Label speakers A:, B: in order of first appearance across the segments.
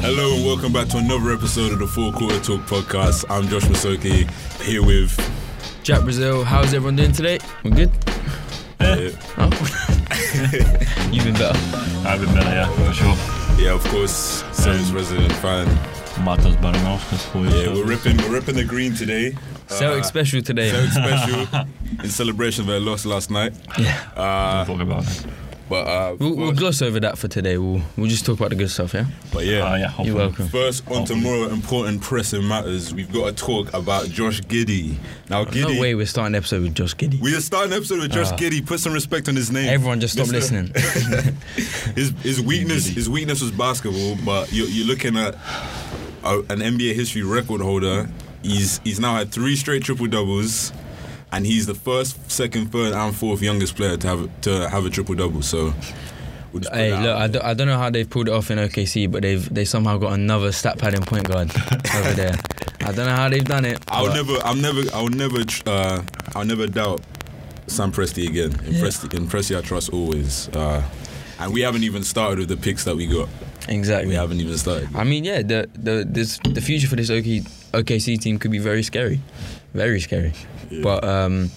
A: Hello and welcome back to another episode of the Four Quarter Talk podcast. I'm Josh Masoki here with.
B: Jack Brazil, how's everyone doing today? We're good.
A: Uh,
B: You've been better.
C: I've been better, yeah, for sure.
A: yeah, of courcourse,
B: Um,
A: Sam's resident fan.
C: Matos Baranovskis for you.
A: Yeah, we're ripping, we're ripping the green today.
B: Celtic special today.
A: Celtic special in celebration of their loss last night.
B: yeah.
A: Uh,
C: talk about it.
A: but uh,
B: We'll, we'll
A: first,
B: gloss over that for today. We'll we'll just talk about the good stuff. Oh, Yeah. Oh.
A: but yeah,
C: Ah, yeah, hopefully.
B: You're welcome.
A: First, on to more important pressing matters, we've got to talk about Josh Giddy. Now, Giddy,
B: No way we're starting the episode with Josh Giddy.
A: we are starting an episode with Josh Giddy. Put some respect on his name.
B: Everyone just stop
A: Mr.
B: listening.
A: His his weakness his weakness was basketball, but you're, you're looking at a, an NBA history record holder. He's he's now had three straight triple doubles, and he's the first, second, third, and fourth youngest player to have to have a triple double. So, we'll just put
B: hey,
A: that
B: look,
A: out
B: I
A: there.
B: don't, I don't know how they've pulled it off in OKC, but they've they somehow got another stat pad and point guard over there. I don't know how they've done it.
A: I'll
B: but
A: never, I'll never, I'll never, tr- uh, I'll never doubt Sam Presti again. In Presti, in Presti, I trust always. Uh, and we haven't even started with the picks that we got. We
B: Exactly.
A: haven't even started.
B: I mean, yeah, the the this the future for this OK, OKC team could be very scary, very scary. But um,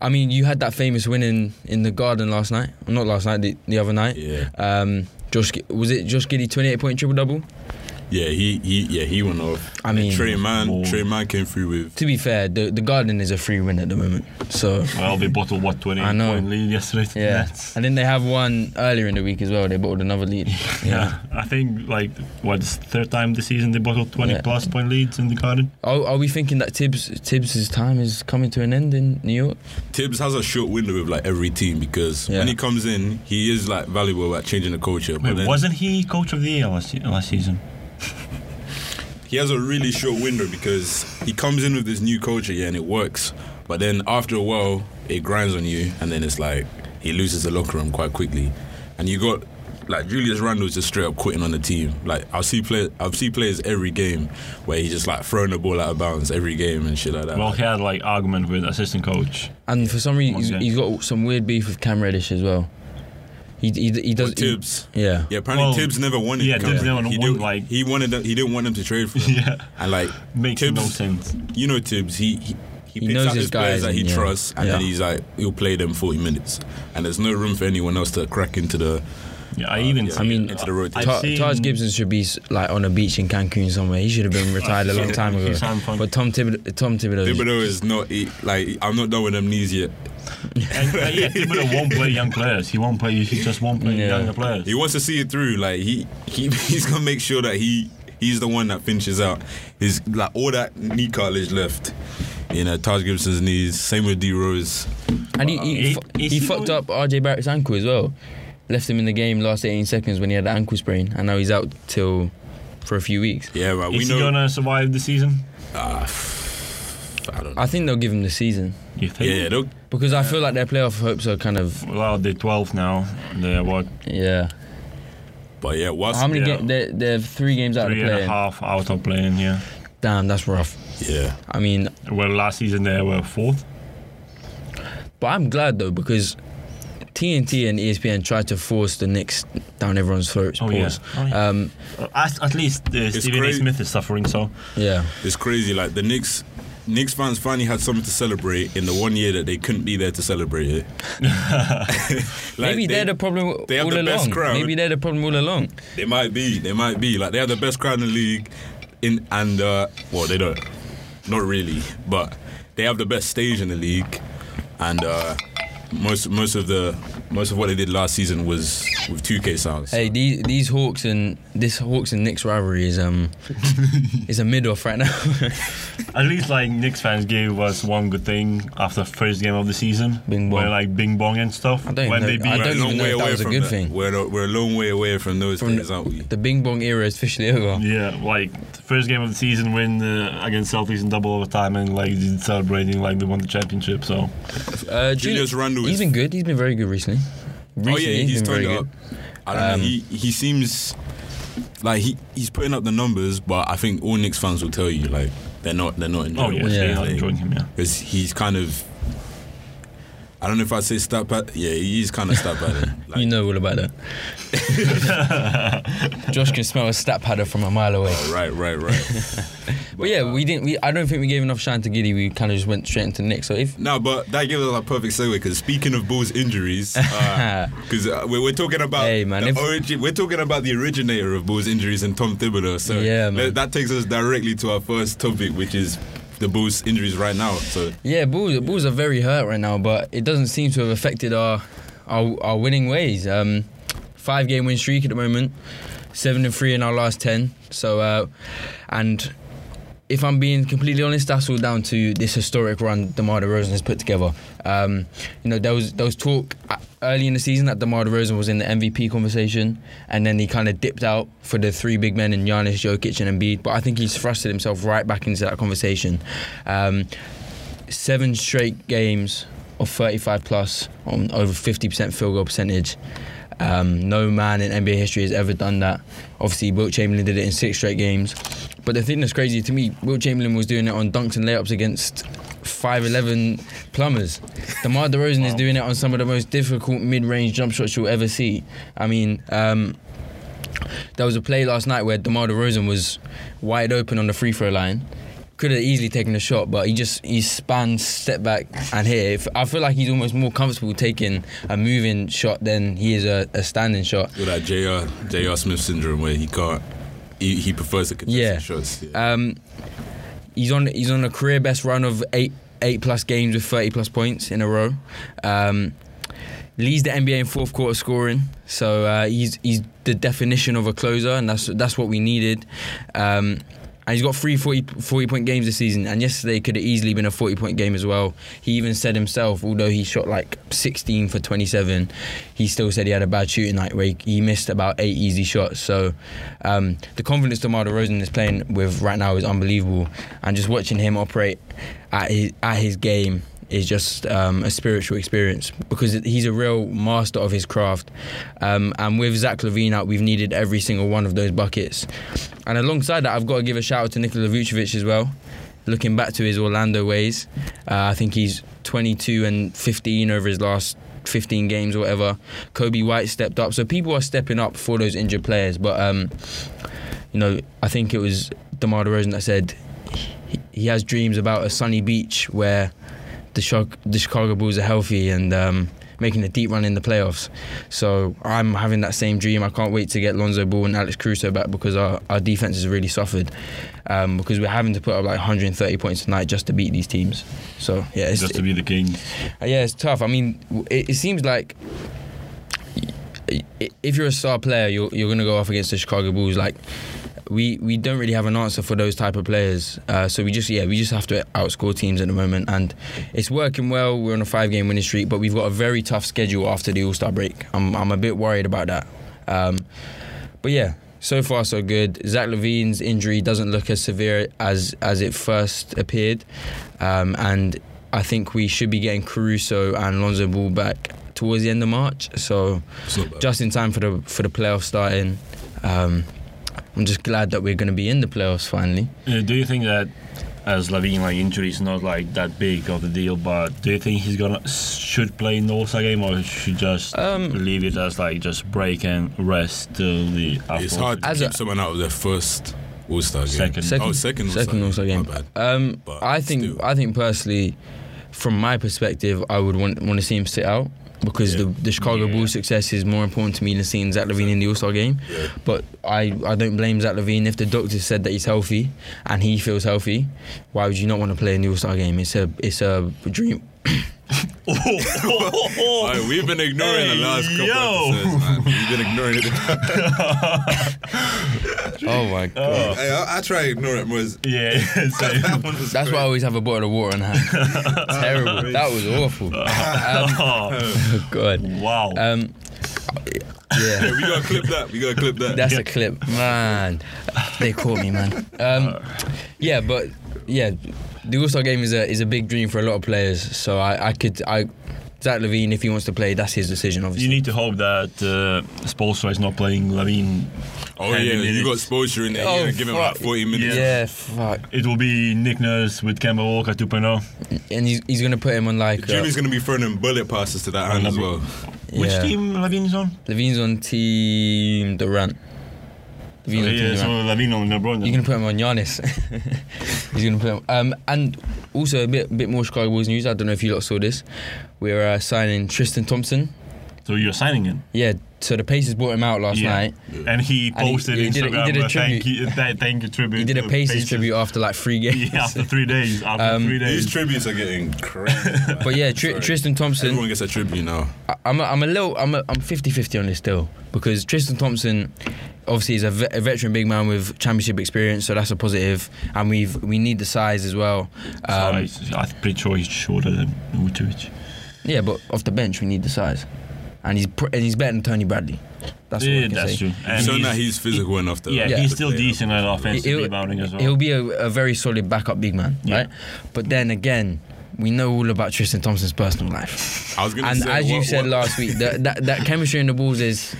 B: I mean, you had that famous win in, in the Garden last night. Well, Not last night, the, the other night.
A: Yeah,
B: Um, Josh Gi- was it Josh Giddy twenty eight point triple double?
A: yeah, he, he, yeah, he went off.
B: I mean-
A: Trey Man,
C: Whoa.
A: Trey Man came through with
B: To be fair, the the Garden is a free win at the moment. So
C: Well, they bottled what, 20
B: I know.
C: point lead yesterday? to the
B: yeah,
C: Nets?
B: and then they have one earlier in the week as well. They bottled another lead.
C: Yeah. I think, like, what, it's third time this season they bottled 20
B: Yeah.
C: plus point leads in the garden?
B: Are, are we thinking that Tibbs Tibbs' time is coming to an end in New York?
A: Tibbs has a short window with like every team because
B: Yeah.
A: when he comes in, he is like valuable at changing the culture. But
C: Wait,
A: then
C: wasn't he coach of the year last, se- last season?
A: he has a really short window because he comes in with this new culture, yeah, and it works. But then after a while, it grinds on you, and then it's like he loses the locker room quite quickly. And you got like Julius Randle's just straight up quitting on the team. Like I see play, I've seen players every game where he's just like throwing the ball out of bounds every game and shit like that.
C: Well, he had, like, argument with assistant coach.
B: And for some reason,
C: Once
B: he's,
C: again.
B: he's got some weird beef with Cam Reddish as well. He he, he does.
A: With
B: he-
A: Tibbs.
B: yeah.
A: yeah, apparently
C: Well,
A: Tibbs never wanted.
C: yeah,
A: to come
C: Tibbs
A: back.
C: never
A: he
C: want,
A: didn't-
C: like-
A: he wanted. Them, he didn't want them to trade for him.
C: Yeah.
A: and like
C: Makes
A: Tibbs,
C: no sense.
A: You know Tibbs, he he, he
B: He
A: picks
B: knows
A: out
B: his
A: his players
B: guys
A: that he
B: and, yeah.
A: trusts, and then
B: Yeah.
A: he's like he'll play them forty minutes, and there's no room for anyone else to crack into the.
C: Uh, Yeah, I even
A: yeah,
C: see-
A: I mean, into the rotation.
C: I've
B: Ta-
C: seen-
B: Taj Gibson should be s- like on a beach in Cancun somewhere. He should have been retired a long time ago.
C: He's having fun.
B: But Tom Thibodeau, Tom Thibodeau,
A: Thibodeau is not he, like I'm not done with amnesia.
C: And, but yeah, Thibodeau won't play young players. He won't play. He just won't play
B: Yeah.
C: younger players.
A: He wants to see it through. Like he, he he's gonna make sure that he he's the one that finishes out. His like all that knee cartilage left. You know, Taj Gibson's knees. Same with D Rose.
B: and he he,
C: He-
B: fu-
C: is
B: he
C: he
B: fucked
C: going-
B: up RJ Barrett's ankle as well. Left him in the game last 18 seconds when he had an ankle sprain, and now he's out till for a few weeks.
A: Yeah, right. we
C: Is
A: know.
C: he gonna survive the season?
A: Ah, f- I don't know.
B: I think they'll give him the season
C: You think?
A: Yeah, they'll-
B: because I feel like their playoff hopes are kind of
C: Well, they're 12 now. They're what
B: yeah.
A: but yeah, whilst
B: How many
C: Yeah.
B: games? They're, they're three games out
C: three
B: of
C: and
B: the
C: a
B: play.
C: half out of playing. Yeah.
B: Damn, that's rough.
A: yeah,
B: I mean,
C: Well, last season they were fourth.
B: but I'm glad though because TNT and E ESPN tried to force the Knicks down everyone's throats.
C: Oh, yeah.
B: pause.
C: Oh, yeah.
B: Um,
C: At, at least uh, Stephen A.
A: great.
C: Smith is suffering. So
B: yeah.
A: It's crazy. Like the Knicks, Knicks fans finally had something to celebrate in the one year that they couldn't be there to celebrate it. Like,
B: Maybe
A: they,
B: they, are the problem
A: they have
B: all
A: the best
B: along.
A: crowd.
B: Maybe they're the problem all along.
A: they might be. They might be. Like they have the best crowd in the league. In and uh, well, they don't. Not really, but they have the best stage in the league, and uh, most most of the most of what they did last season was with 2K sounds.
B: Hey, these, these Hawks and this Hawks and Knicks rivalry is um is a mid off right now.
C: at least like Knicks fans gave us one good thing after first game of the season.
B: Bing
C: Where
B: bong.
C: like Bing Bong and stuff.
B: I don't
C: when
B: know-
C: they beat
B: I
A: We're
B: don't
A: a long
B: even know
A: way
B: if that
A: away
B: was a
A: from
B: good
A: that.
B: thing.
A: We're a, we're a long way away from those things, aren't we?
B: the Bing Bong era is officially over.
C: Yeah, like first game of the season win uh, against Celtics in double overtime, and like celebrating like they won the championship. So
B: Uh,
A: Julius Randle
B: He's
A: is-
B: been good. He's been very good recently. recently
A: oh yeah, he's
B: been
A: turned
B: very
A: it
B: good. Um,
A: up. I don't know. He he seems like he, he's putting up the numbers, but I think all Knicks fans will tell you like they're not they're not
C: oh
A: enjoying.
C: yeah,
A: what
C: yeah.
A: he's
C: I'm
A: playing.
C: enjoying him. Yeah.
A: because he's kind of I don't know if I'd say stat pad. Yeah, he's kind of stat padding. Like,
B: you know all about that. Josh can smell a stat padder from a mile away.
A: Right, right, right.
B: But yeah, we didn't. We, I don't think we gave enough shine to Giddy. We kind of just went straight into Nick. So if
A: no, but that gives us a perfect segue because speaking of Bulls injuries, because uh, we're, we're talking about
B: Hey, man,
A: the
B: if-
A: origin, we're talking about the originator of Bulls injuries and Tom Thibodeau. So
B: Yeah, man.
A: that- that takes us directly to our first topic, which is the Bulls injuries right now. So
B: yeah, Bulls, Bulls are very hurt right now, but it doesn't seem to have affected our our, our winning ways. Um, five game win streak at the moment, seven and three in our last ten. So uh, and. If I'm being completely honest, that's all down to this historic run Demar Derozan has put together. Um, you know, there was there was talk uh, early in the season that Demar Derozan was in the MVP conversation, and then he kind of dipped out for the three big men in Giannis, Jokic, and Embiid. But I think he's thrusted himself right back into that conversation. Um, seven straight games of 35 plus on over 50% field goal percentage. Um, no man in NBA history has ever done that. Obviously, Wilt Chamberlain did it in six straight games. But the thing that's crazy to me, Wilt Chamberlain was doing it on dunks and layups against 5'11 plumbers. DeMar DeRozan is doing it on some of the most difficult mid range jump shots you'll ever see. I mean, um, there was a play last night where DeMar DeRozan was wide open on the free throw line. Could have easily taken the shot, but he just he spans, step back, and hit. it. I feel like he's almost more comfortable taking a moving shot than he is a, a standing shot.
A: with that Jr. Jr. Smith syndrome where he can't, he, he prefers the contested
B: Yeah.
A: shots. Yeah.
B: Um, he's on he's on a career best run of eight eight plus games with thirty plus points in a row. Um, leads the NBA in fourth quarter scoring, so uh, he's he's the definition of a closer, and that's that's what we needed. Um, and he's got three 40, 40 point games this season, and yesterday could have easily been a 40 point game as well. He even said himself, although he shot like 16 for 27, he still said he had a bad shooting night where he, he missed about eight easy shots. So um, the confidence DeMar DeRozan is playing with right now is unbelievable, and just watching him operate at his, at his game is just um, a spiritual experience because he's a real master of his craft. Um, and with Zach Levine out, we've needed every single one of those buckets. And alongside that, I've got to give a shout out to Nikola Vucevic as well. Looking back to his Orlando ways, uh, I think he's 22 and 15 over his last 15 games or whatever. Kobe White stepped up, so people are stepping up for those injured players. But um, you know, I think it was Demar Derozan that said he, he has dreams about a sunny beach where the, Chi- the Chicago Bulls are healthy and um, making a deep run in the playoffs. So I'm having that same dream. I can't wait to get Lonzo Ball and Alex Caruso back because our, our defense has really suffered um, because we're having to put up like 130 points tonight just to beat these teams. So yeah, it's,
C: Just to be the king.
B: uh, Yeah, it's tough. I mean, w- it, it seems like i- i- if you're a star player, you're you're gonna go off against the Chicago Bulls. Like, we we don't really have an answer for those type of players. Uh, so we just yeah, we just have to outscore teams at the moment, and it's working well. We're on a five game winning streak, but we've got a very tough schedule after the All Star break. I'm I'm a bit worried about that. Um, but yeah, so far so good. Zach Levine's injury doesn't look as severe as as it first appeared, um, and I think we should be getting Caruso and Lonzo Ball back towards the end of March. So
A: It's not bad.
B: just in time for the for the playoffs starting. Um, I'm just glad that we're going to be in the playoffs finally.
C: Uh, do you think that as Levine like injury is not like that big of a deal, but do you think he's gonna should play in the All Star game or should just
B: Um,
C: leave it as like just break and rest till the after
A: it's hard to
B: As
A: keep
B: a-
A: someone out of their first All Star game.
C: Second.
A: Oh, second. All-Star
B: second All-Star game.
A: My bad.
B: Um,
A: But
B: I think
A: still.
B: I think personally, from my perspective, I would want want to see him sit out because
A: Yeah.
B: the, the Chicago
C: Yeah.
B: Bulls success is more important to me than seeing Zach Levine in the All Star game.
A: Yeah.
B: But I, I don't blame Zach Levine if the doctor said that he's healthy and he feels healthy. Why would you not want to play in the All Star game? It's a it's a dream.
A: All right, we've been ignoring the last couple
C: Yo.
A: episodes, man. We've been ignoring it.
B: Oh my god.
A: hey, I, I try to ignore it, Moz.
C: yeah, same.
A: That one was
B: That's why I always have a bottle of water on hand. Terrible. That was awful. Um,
C: Oh,
B: oh god.
C: wow.
B: Um, yeah.
A: we gotta clip that. We gotta clip that.
B: That's a clip, man. They caught me, man. Um, yeah, but yeah, the All Star game is a is a big dream for a lot of players. So I, I could I Zach Levine, if he wants to play, that's his decision.
C: You
B: Obviously,
C: need to hope that uh, Spolstra is not playing Levine.
A: Oh
C: 10
A: yeah, you got
C: minutes.
A: Spoelstra in there.
B: Oh,
A: yeah, give him like
B: fuck.
A: 40 minutes.
B: yeah, fuck,
C: It will be Nick Nurse with Kemba Walker oh. 2.0,
B: and he's, he's gonna put him on like uh,
A: Jimmy's gonna be throwing him bullet passes to that hand as well.
C: Which
B: yeah.
C: team Levine is on?
B: Levine's on team Durant. Levine's on team
C: yeah,
B: Durant.
C: so Levine on LeBron.
B: You're
C: Then.
B: gonna put him on Giannis. He's gonna put him. Um, and also a bit, bit more Chicago Bulls news. I don't know if you lot saw this. We're uh, signing Tristan Thompson.
C: So you're signing him.
B: Yeah. So the Pacers bought him out last
C: Yeah.
B: night.
C: And he
B: And he-
C: posted
B: he did a- he
C: Instagram.
B: did a
C: uh, thank
B: tribute.
C: you, th- thank you tribute. uh,
B: He did a
C: to
B: Pacers,
C: Pacers.
B: tribute after like three games.
C: Yeah, after three days. After
B: Um,
C: three
A: These
C: days.
A: tributes are getting crazy. man.
B: But yeah,
A: Sorry.
B: Tr- Tristan Thompson.
A: Everyone gets a tribute now.
B: I- I'm a, I'm a little I'm a, I'm 50-50 on this still because Tristan Thompson obviously is a, ve- a veteran big man with championship experience so that's a positive and we've we need the size as well
C: So
B: um,
C: he's- I'm pretty sure he's shorter than Vucevic.
B: yeah but off the bench we need the size and he's pr- and he's better than Tony Bradley that's all I
C: yeah,
B: can
C: that's
B: say.
C: true. And
A: Showing
C: he's-
A: that he's uh, physical enough though.
C: yeah,
A: to
C: he's
A: play
C: still
A: up.
C: decent at offensive
B: He'll-
C: rebounding as well.
B: He'll be a, a very solid backup big man,
C: Yeah.
B: right? But then again, we know all about Tristan Thompson's personal life.
A: I was gonna
B: And
A: say,
B: as you
A: what-
B: said
A: what-
B: last week, that, that that chemistry in the balls is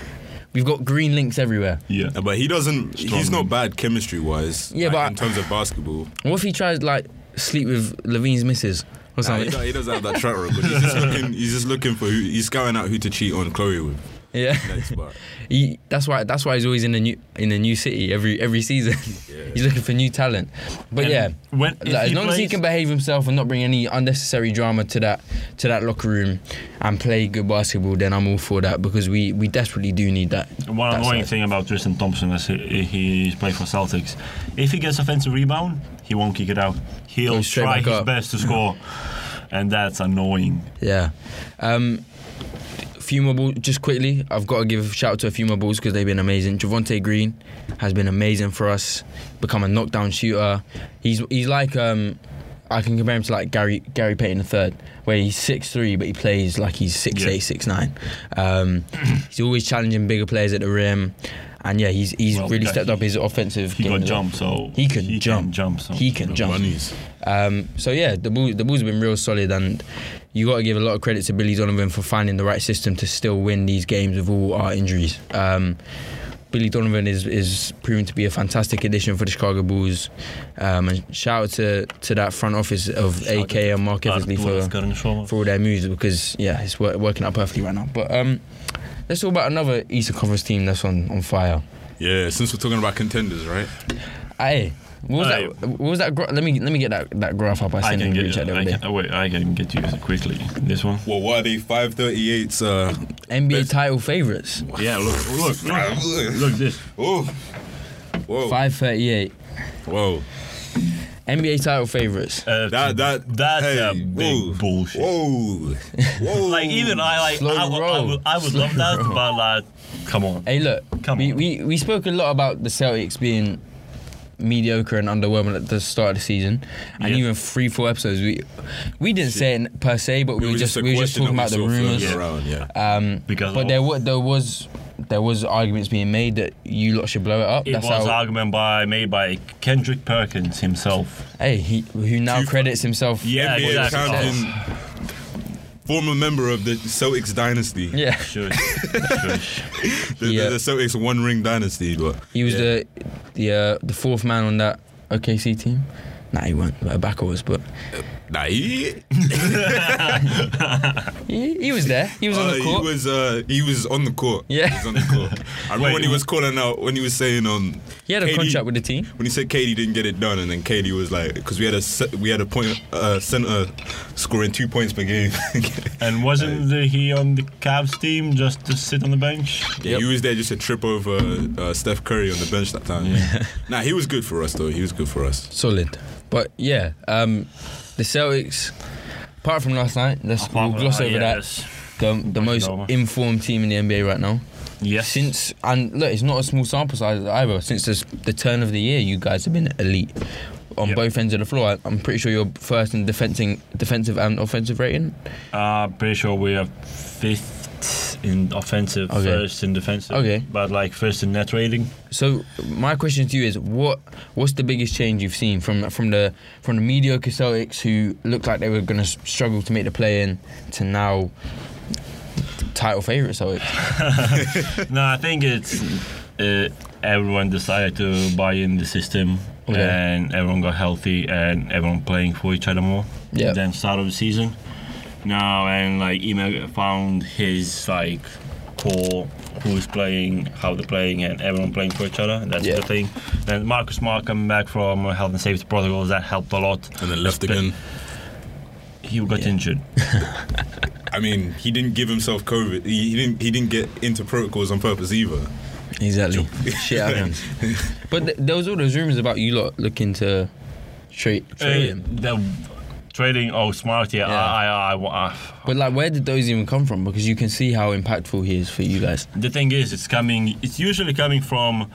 B: we've got green links everywhere.
C: yeah.
A: Yeah, But he doesn't. He's
C: Strong.
A: not bad chemistry wise.
B: Yeah,
A: like,
B: but-
A: in terms of basketball,
B: What if he tries like sleep with Levine's missus
A: Nah, he,
B: or something?
A: don't- he doesn't have that track record. He's just looking. He's just looking for. Who, he's scouting out who to cheat on Chloe with
B: yeah,
A: next. But
B: he, that's why that's why he's always in a new in a new city every every season. he's looking for new talent. But
C: And
B: yeah,
C: when if
B: Like, as
C: he
B: long as he
C: plays-
B: can behave himself and not bring any unnecessary drama to that to that locker room and play good basketball, then I'm all for that because we, we desperately do need that.
C: One
B: that
C: annoying
B: side.
C: thing about Tristan Thompson is he, he's played for Celtics. If he gets offensive rebound, he won't kick it out. He'll
B: Goes straight
C: try
B: back
C: his
B: up.
C: best to score, and that's annoying.
B: Yeah. Um, a few more balls, just quickly. I've got to give a shout out to a few more balls because they've been amazing. Javante Green has been amazing for us. Become a knockdown shooter. He's he's like um, I can compare him to like Gary Gary Payton III, where he's six three but he plays like he's six eight six nine. Um, he's always challenging bigger players at the rim, and yeah, he's he's
C: Well,
B: really
C: yeah,
B: stepped
C: he-
B: up his offensive.
C: He
B: game
C: got
B: as well.
C: jump, so
B: He can jump.
C: jump. So
B: He can jump.
A: bunnies.
B: Um, so yeah, the Bulls, the Bulls have been real solid, and you got to give a lot of credit to Billy Donovan for finding the right system to still win these games with all our injuries. Um, Billy Donovan is is proven to be a fantastic addition for the Chicago Bulls, um, and shout out to to that front office of AK and Mark Eversley for for all their moves because yeah, it's wor- working out perfectly right now. But um, let's talk about another Eastern Conference team that's on on fire.
A: Yeah, since we're talking about contenders, right?
B: Hey, what was
C: Aye.
B: that? What was that? Gra- let me let me get that, that graph up. I
C: I
B: sent in
C: can
B: the
C: get.
B: group chat the
C: I
B: other day.
C: can, oh, wait, I can get you quickly. This one.
A: Well, what are they? Five thirty-eight. Uh,
B: NBA
A: Best-
B: title favorites.
C: Yeah, look, look, look, look this.
A: oh, whoa,
B: Five thirty-eight.
A: whoa.
B: NBA title favorites.
C: Uh,
A: That that
C: that's
A: hey,
C: a big
A: whoa,
C: bullshit.
A: Whoa, whoa.
C: Like even I like
B: Slow
C: I would, I
B: roll.
C: would, I would
B: Slow
C: love that,
B: roll.
C: but like, come on.
B: Hey, look.
C: Come
B: we,
C: on.
B: we we spoke a lot about the Celtics being mediocre and underwhelming at the start of the season, and
C: Yeah.
B: even three four episodes we we didn't say it per se, but we,
A: It
B: were
A: was
B: just
A: a
B: we were just
A: question
B: talking about
A: that
B: the
A: we saw floating
B: rumors.
C: Yeah.
A: around, yeah.
B: Um,
C: Because
B: but
C: of-
B: there was there was there was arguments being made that you lot should blow it up.
C: It
B: That's
C: was
B: how.
C: argument by made by Kendrick Perkins himself.
B: hey, he, who now
A: Two-
B: credits himself.
C: Yeah,
A: NBA
C: exactly.
A: champion, former member of the Celtics dynasty.
B: Yeah.
C: Shush, shush.
A: The,
B: Yeah.
A: the, the Celtics one ring dynasty, but
B: He was
A: Yeah.
B: the the uh, the fourth man on that OKC team. Nah, he weren't. But back was, but
A: nah, he,
B: he, he was there. He was on
A: uh,
B: the court.
A: he was uh, he was on the court.
B: Yeah.
A: he was on the court. I remember
C: Wait,
A: when he was calling out when he was saying um
B: He had a
A: KD
B: contract with the team.
A: when he said Katie didn't get it done, and then Katie was like, because we had a se- we had a point uh, center scoring two points per game. yeah,
C: And wasn't the, he on the Cavs team just to sit on the bench?
B: Yep.
A: he was there just to trip over uh, Steph Curry on the bench that time. nah, he was good for us though. He was good for us.
B: Solid. But yeah, um, the Celtics. Apart from last night, let's we'll gloss over
C: Yes.
B: that. The, the most
C: over.
B: informed team in the NBA right now.
C: Yes.
B: Since and look, it's not a small sample size either. Since this, the turn of the year, you guys have been elite on
C: Yep.
B: both ends of the floor. I- I'm pretty sure you're first in defending, defensive and offensive rating.
C: Uh, pretty sure we are fifth in offensive
B: Okay.
C: first and defensive.
B: Okay.
C: But like first in net rating.
B: So my question to you is, what what's the biggest change you've seen from from the from the mediocre Celtics who looked like they were going to struggle to make the play-in to now title favourite Celtics?
C: no, I think it's uh, everyone decided to buy in the system,
B: Okay.
C: and everyone got healthy, and everyone playing for each other more.
B: Yeah.
C: Than start of the season. Now and like Ema found his like core, who's playing, how they're playing, and everyone playing for each other. And that's
B: Yeah.
C: the thing. Then Marcus Smart coming back from health and safety protocols that helped a lot.
A: and then left again.
C: He got injured.
A: I mean, he didn't give himself COVID. He, he didn't. He didn't get into protocols on purpose either.
B: Exactly. Shit happens. but th- there was all those rumours about you lot looking to trade trade
C: Uh,
B: him.
C: the trading. Oh, Smart. Yeah,
B: Yeah.
C: I, I, I, I,
B: But like, where did those even come from? Because you can see how impactful he is for you guys.
C: the thing is it's coming it's usually coming from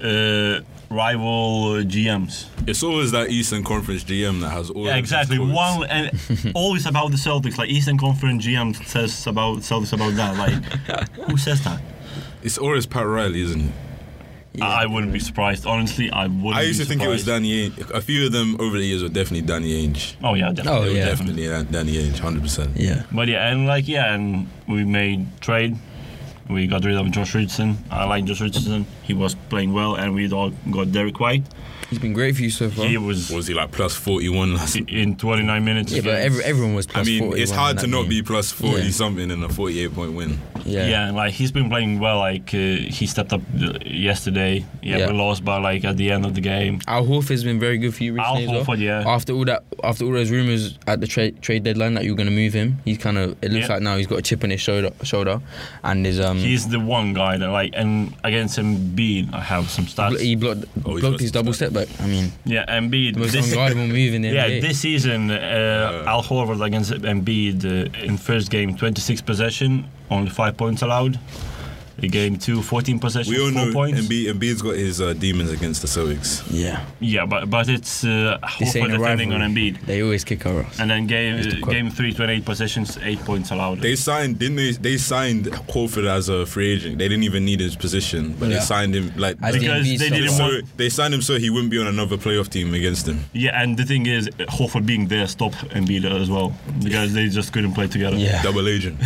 C: uh, rival uh, gms
A: It's always that Eastern Conference GM that has all.
C: yeah,
A: of
C: exactly
A: his quotes.
C: one and always about the celtics like eastern conference gm says about celtics about that like who says that
A: It's always Pat Riley, isn't it?
C: I, I wouldn't be surprised honestly i wouldn't
A: I used
C: be
A: to think it was
C: surprised.
A: Danny Ainge. A few of them over the years were definitely Danny Ainge.
C: oh yeah definitely.
B: Oh,
A: They were
B: yeah.
A: definitely Dan- Danny Ainge, hundred percent.
B: Yeah.
C: but yeah and like yeah and we made trade we got rid of Josh Richardson. I like Josh Richardson. He was playing well, and we all got Derek White.
B: He's been great for you so far.
C: He
B: Yeah,
C: was
A: Was he like plus forty-one last?
C: in 29 minutes.
B: but every, everyone was.
A: I
B: Plus
A: mean, it's
B: 41
A: hard
B: in
A: to
B: that
A: not
B: game.
A: be plus forty
B: Yeah.
A: something in a forty-eight point win.
B: Yeah.
C: Yeah. and like he's been playing well. Like uh, he stepped up uh, yesterday. Yeah,
B: Yeah. Mm.
C: we lost, but like at the end of the game,
B: Al Horford's been very good for you recently.
C: Al
B: as well.
C: Horford, yeah.
B: After all that, after all those rumors at the trade trade deadline that you were going to move him, he's kind of. It looks
C: Yeah.
B: like now he's got a chip on his shoulder, shoulder, and his um.
C: he's the one guy that like and against Embiid, I have some
B: bl-
C: stats.
B: he blocked
A: Oh, he's
B: blocked
A: got
B: his
A: some
B: double step back. I mean,
C: Yeah, Embiid.
B: the most
C: this-
B: unguardable move in the
C: yeah,
B: NBA.
C: this season, uh, Al Horford against Embiid uh, in first game, 26 possession, only five points allowed. In Game two, 14 possessions,
A: We all
C: four
A: know
C: points.
A: Embiid, Embiid's got his uh, demons against the Celtics.
B: yeah.
C: Yeah, but but it's uh,
B: This ain't
C: Horford
B: a
C: defending
B: rivalry.
C: on Embiid.
B: They always kick our ass.
C: And then game
B: It's the
C: uh,
B: quote.
C: game three, 28 possessions, eight points allowed.
A: They signed, didn't they? They signed Horford as a free agent. They didn't even need his position, but
B: Yeah.
A: they signed him like
B: As
A: they-
B: the
C: Because
B: Embiid
C: they didn't
B: stopper.
A: so they signed him so he wouldn't be on another playoff team against him.
C: Yeah, and the thing is, Horford being there stopped Embiid as well because they just couldn't play together.
B: Yeah.
A: Double agent.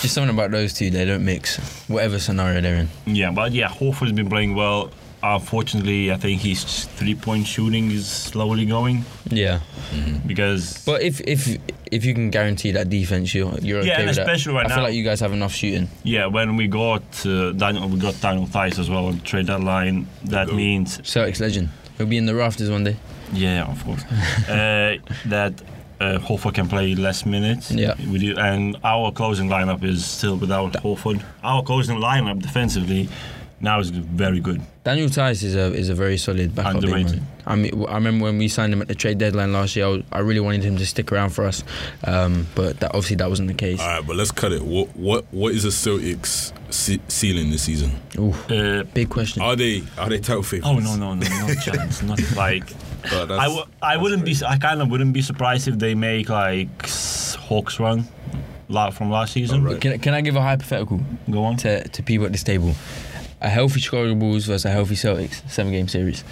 B: Just something about those two, they don't mix. Whatever scenario they're in.
C: yeah, but yeah, Horford's been playing well. Unfortunately, I think his three-point shooting is slowly going
B: Yeah.
C: because
B: But if if if you can guarantee that defense, you're you're
C: Yeah,
B: okay
C: and
B: with that.
C: especially right
B: I feel
C: now.
B: like you guys have enough shooting.
C: yeah, when we got uh, Daniel, we got Daniel Tice as well on trade deadline. That
A: Go.
C: means
B: Celtics legend. He'll be in the rafters one day.
C: Yeah, of course. uh, that uh, Horford can play less minutes.
B: Yeah.
C: We do, and our closing lineup is still without Horford. Our closing lineup defensively now is very good.
B: Daniel Tice is a is a very solid backup big
C: Underrated.
B: man. I mean, w- I remember when we signed him at the trade deadline last year. I, was- I really wanted him to stick around for us, um, but that obviously that wasn't the case.
A: All right, but let's cut it. What what what is the Celtics ce- ceiling this season?
B: Ooh,
C: Uh,
B: big question.
A: Are they are they title favorites?
C: oh no no no no chance. Not like
A: Uh, that's-
C: I, w- I wouldn't be. I kind of wouldn't be surprised if they make like s- Hawks run, lot from last season.
A: Alright.
B: Can, can I give a hypothetical
C: Go on.
B: to to people at this table? A healthy Chicago Bulls versus a healthy Celtics seven game series.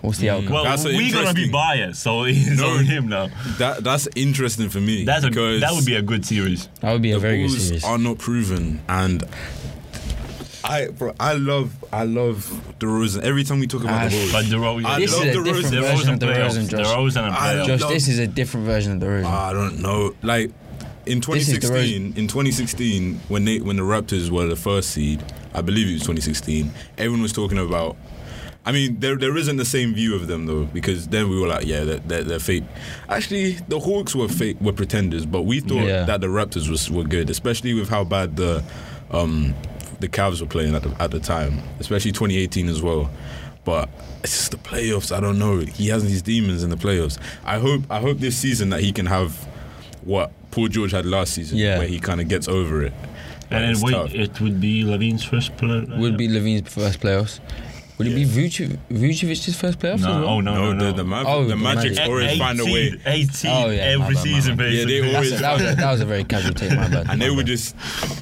B: What's the outcome?
C: Well,
A: That's an
C: we're gonna be
A: interesting-
C: biased, so it's
A: No.
C: on him now.
A: that that's interesting for me.
C: That's a,
A: because
C: that would be a good series.
B: That would be a
A: the
B: very good
A: Bulls
B: series.
A: are not proven and. I bro, I love I love DeRozan. Every time we talk about
B: Ah,
A: the Bulls,
C: But DeRozan,
A: I
B: This
A: love
B: is a
A: DeRozan.
B: different version of DeRozan, Josh.
C: DeRozan and
A: I
C: playoff.
B: Josh,
A: no.
B: this is a different version of the Rosen.
A: I don't know. Like in
B: This is the
A: 2016, in 2016, when they when the Raptors were the first seed, I believe it was 2016. Everyone was talking about. I mean, there there isn't the same view of them though, because then we were like, yeah, they're, they're, they're fake. Actually, the Hawks were fake, were pretenders, but we thought
B: Yeah.
A: that the Raptors was were good, especially with how bad the um the Cavs were playing at the, at the time, especially 2018 as well. But it's just the playoffs. I don't know. He has these demons in the playoffs. I hope I hope this season that he can have what Paul George had last season,
B: Yeah.
A: where he kind of gets over it. Like,
C: And it
A: it's tough.
C: would, it would be Levine's first play.
B: Would be Levine's first playoffs. Would it be Vuce- Vucevic's first playoff? as well?
C: No, oh no, no,
A: No,
C: no.
A: the, the, Mav-
B: Oh,
A: the
B: the
A: Magic
B: Magic.
A: always find a way.
C: 18
B: Oh, yeah, my bad,
C: every
B: my
C: season,
B: bad.
A: Yeah,
C: basically.
A: they always-
B: That's a- that, was a, that was a very casual take, my bad.
A: And they
B: My
A: would
B: bad.
A: just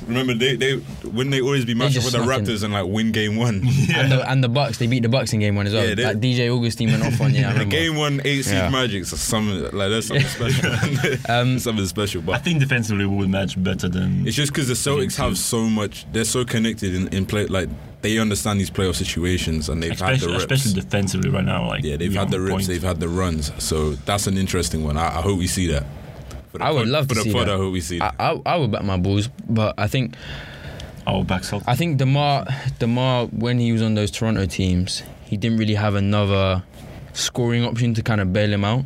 A: remember they they when they always be matched up
B: just
A: with the
B: snuck in.
A: Raptors and like win game one.
B: And, the, and the Bucks, they beat the Bucks in game one as well.
A: Yeah, they-
B: that DJ Augustine went off on, yeah, I
A: the
B: remember.
A: game one eight seed
B: Yeah. Um,
A: Magic, so something like that's something special. something special,
C: I
A: but
C: think defensively we would match better than.
A: it's just because the Celtics have so much. They're so connected in, in play. Like they understand these playoff situations, and they've had the
C: Especially,
A: reps.
C: especially defensively right now, like
A: yeah, they've
C: we
A: had
C: are
A: the
C: on
A: rips,
C: point.
A: they've had the runs. So that's an interesting one. I, I hope we see that. For the
B: I would
A: pod-
B: love
A: for
B: to
A: the
B: see
A: pod,
B: that.
A: I hope we see
B: I,
A: that.
B: I, I would back my Bulls, but I think
C: our back Celtics.
B: I think Demar Demar when he was on those Toronto teams, he didn't really have another scoring option to kind of bail him out.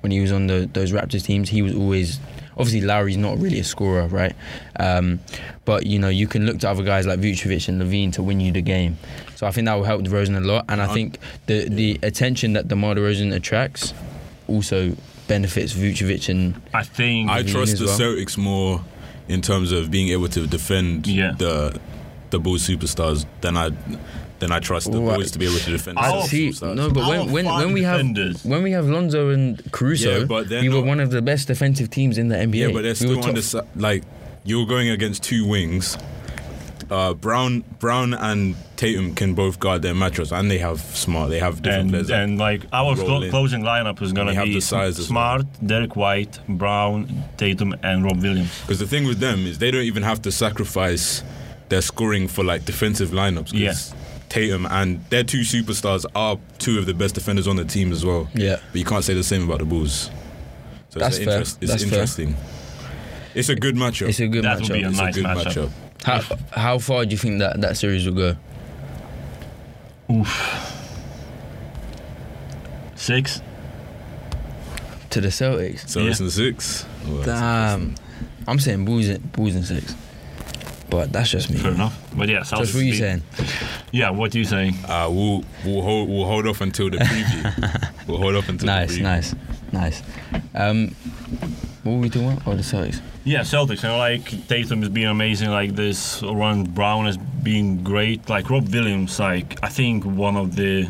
B: When he was on the, those Raptors teams, he was always obviously Lowry's not really a scorer, right? Um, but you know you can look to other guys like Vucevic and Levine to win you the game. So I think that will help DeRozan a lot, and I think the the attention that Demar Derozan attracts also benefits Vucevic and
C: I think
A: I
B: Levine
A: trust
B: as
A: the
B: well.
A: Celtics more in terms of being able to defend
C: Yeah.
A: the the Bulls superstars than I than I trust the
B: Well,
A: Bulls to be able to defend.
C: I
A: the
C: don't
B: See,
A: superstars.
B: no, but
C: Our
B: when when,
C: five
B: when we have
C: defenders.
B: when we have Lonzo and Caruso,
A: Yeah, but they're
B: we were
A: not-
B: one of the best defensive teams in the NBA.
A: yeah, but
B: we
A: they're
B: were
A: still
B: top-
A: on the si- like you're going against two wings. Uh, Brown, Brown, and Tatum can both guard their matchups, and they have smart. They have different
C: and,
A: players. that-
C: and like our
A: roll
C: clo-
A: in.
C: closing lineup is gonna
A: They have
C: be
A: the size as
C: Smart, Derek White, Brown, Tatum, and Rob Williams.
A: Because the thing with them is they don't even have to sacrifice their scoring for like defensive lineups. 'cause
C: Yeah.
A: Tatum and their two superstars are two of the best defenders on the team as well.
B: Yeah.
A: But you can't say the same about the Bulls. So
B: That's
A: it's,
B: fair.
A: interest- it's
B: That's fair.
A: interesting. It's a good matchup.
B: It's a good
C: That would be
B: matchup.
C: a- nice matchup.
B: How, how far do you think that, that series will go?
C: Six.
B: To the Celtics?
A: So it's in six. Well, it's
B: Damn, I'm saying Bulls in, Bulls in six, but that's just me.
C: Fair enough. But yeah, Celtics.
B: That's what you
C: beat-
B: saying.
C: Yeah, what you saying?
A: Uh, we'll we'll hold we'll hold off until the preview. we'll hold off until
B: Nice,
A: the preview.
B: nice, nice. Um, what were we doing? Oh, the Celtics.
C: Yeah, Celtics. And like Tatum is being amazing. Like this run, Brown has been great. Like Rob Williams, like I think one of the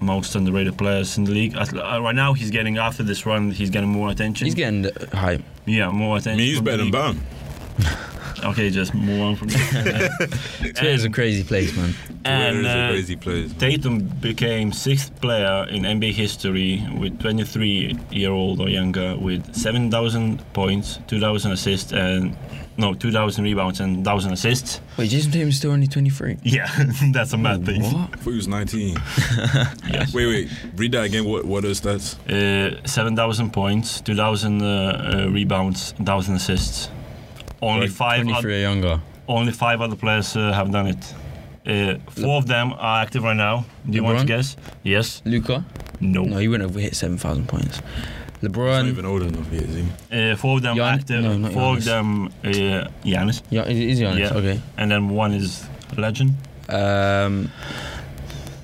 C: most underrated players in the league. At- uh, right now, he's getting after this run, he's getting more attention.
B: He's getting the hype.
C: yeah, more
A: I
C: attention.
A: mean, he's
C: from
A: better
C: the
A: than
C: league.
A: Bam.
C: Okay, just move on from there.
B: Twitter's a crazy place, man.
C: and
A: Warriors are
C: uh,
A: crazy players.
C: Tatum became sixth player in NBA history with 23 year old or younger with 7,000 points, 2,000 assists, and no, 2,000 rebounds and 1,000 assists.
B: Wait, Jason Tatum's still only 23.
C: Yeah, that's a mad thing.
B: What?
A: I thought he was 19.
C: Yes.
A: Wait, wait. Read that again. What what are the stats?
C: Uh, 7,000 points, 2,000 uh, uh, rebounds, 1,000 assists. Only five, oth-
B: 23 or younger.
C: only five other players uh, have done it. Uh, four of them are active right now. Do you want to
B: LeBron?
C: guess? Yes.
B: Luca?
C: No.
B: No, he wouldn't have hit 7,000 points.
A: He's not
B: LeBron.
A: even old enough yet, is he?
C: Uh, four of them
B: Gian-
C: active.
B: no, not
C: four of
B: Giannis.
C: them uh, Giannis.
B: Yeah, is, is he honest?
C: Yeah.
B: Okay.
C: And then one is legend.
B: Um,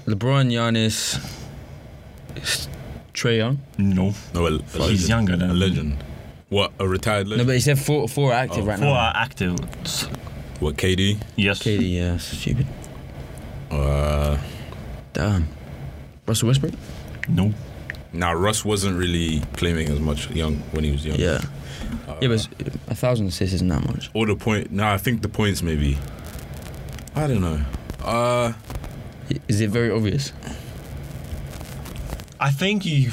B: LeBron, Giannis, S- Trey Young.
C: No.
A: No, a, a legend.
C: younger than-
A: a legend. What a retired
B: No,
A: legend.
B: but he said four, four are active
A: Oh,
B: right
C: Four
B: now.
C: are active. S-
A: what KD?
C: Yes.
B: KD, yeah, that's stupid.
A: Uh,
B: Damn. Russell Westbrook?
C: No.
A: now Russ wasn't really claiming as much young when he was young.
B: Yeah.
A: Oh,
B: yeah, but it's- a thousand assists isn't that much.
A: Or the point. No, I think the points maybe. I don't know. Uh,
B: I- Is it very obvious?
C: I think you.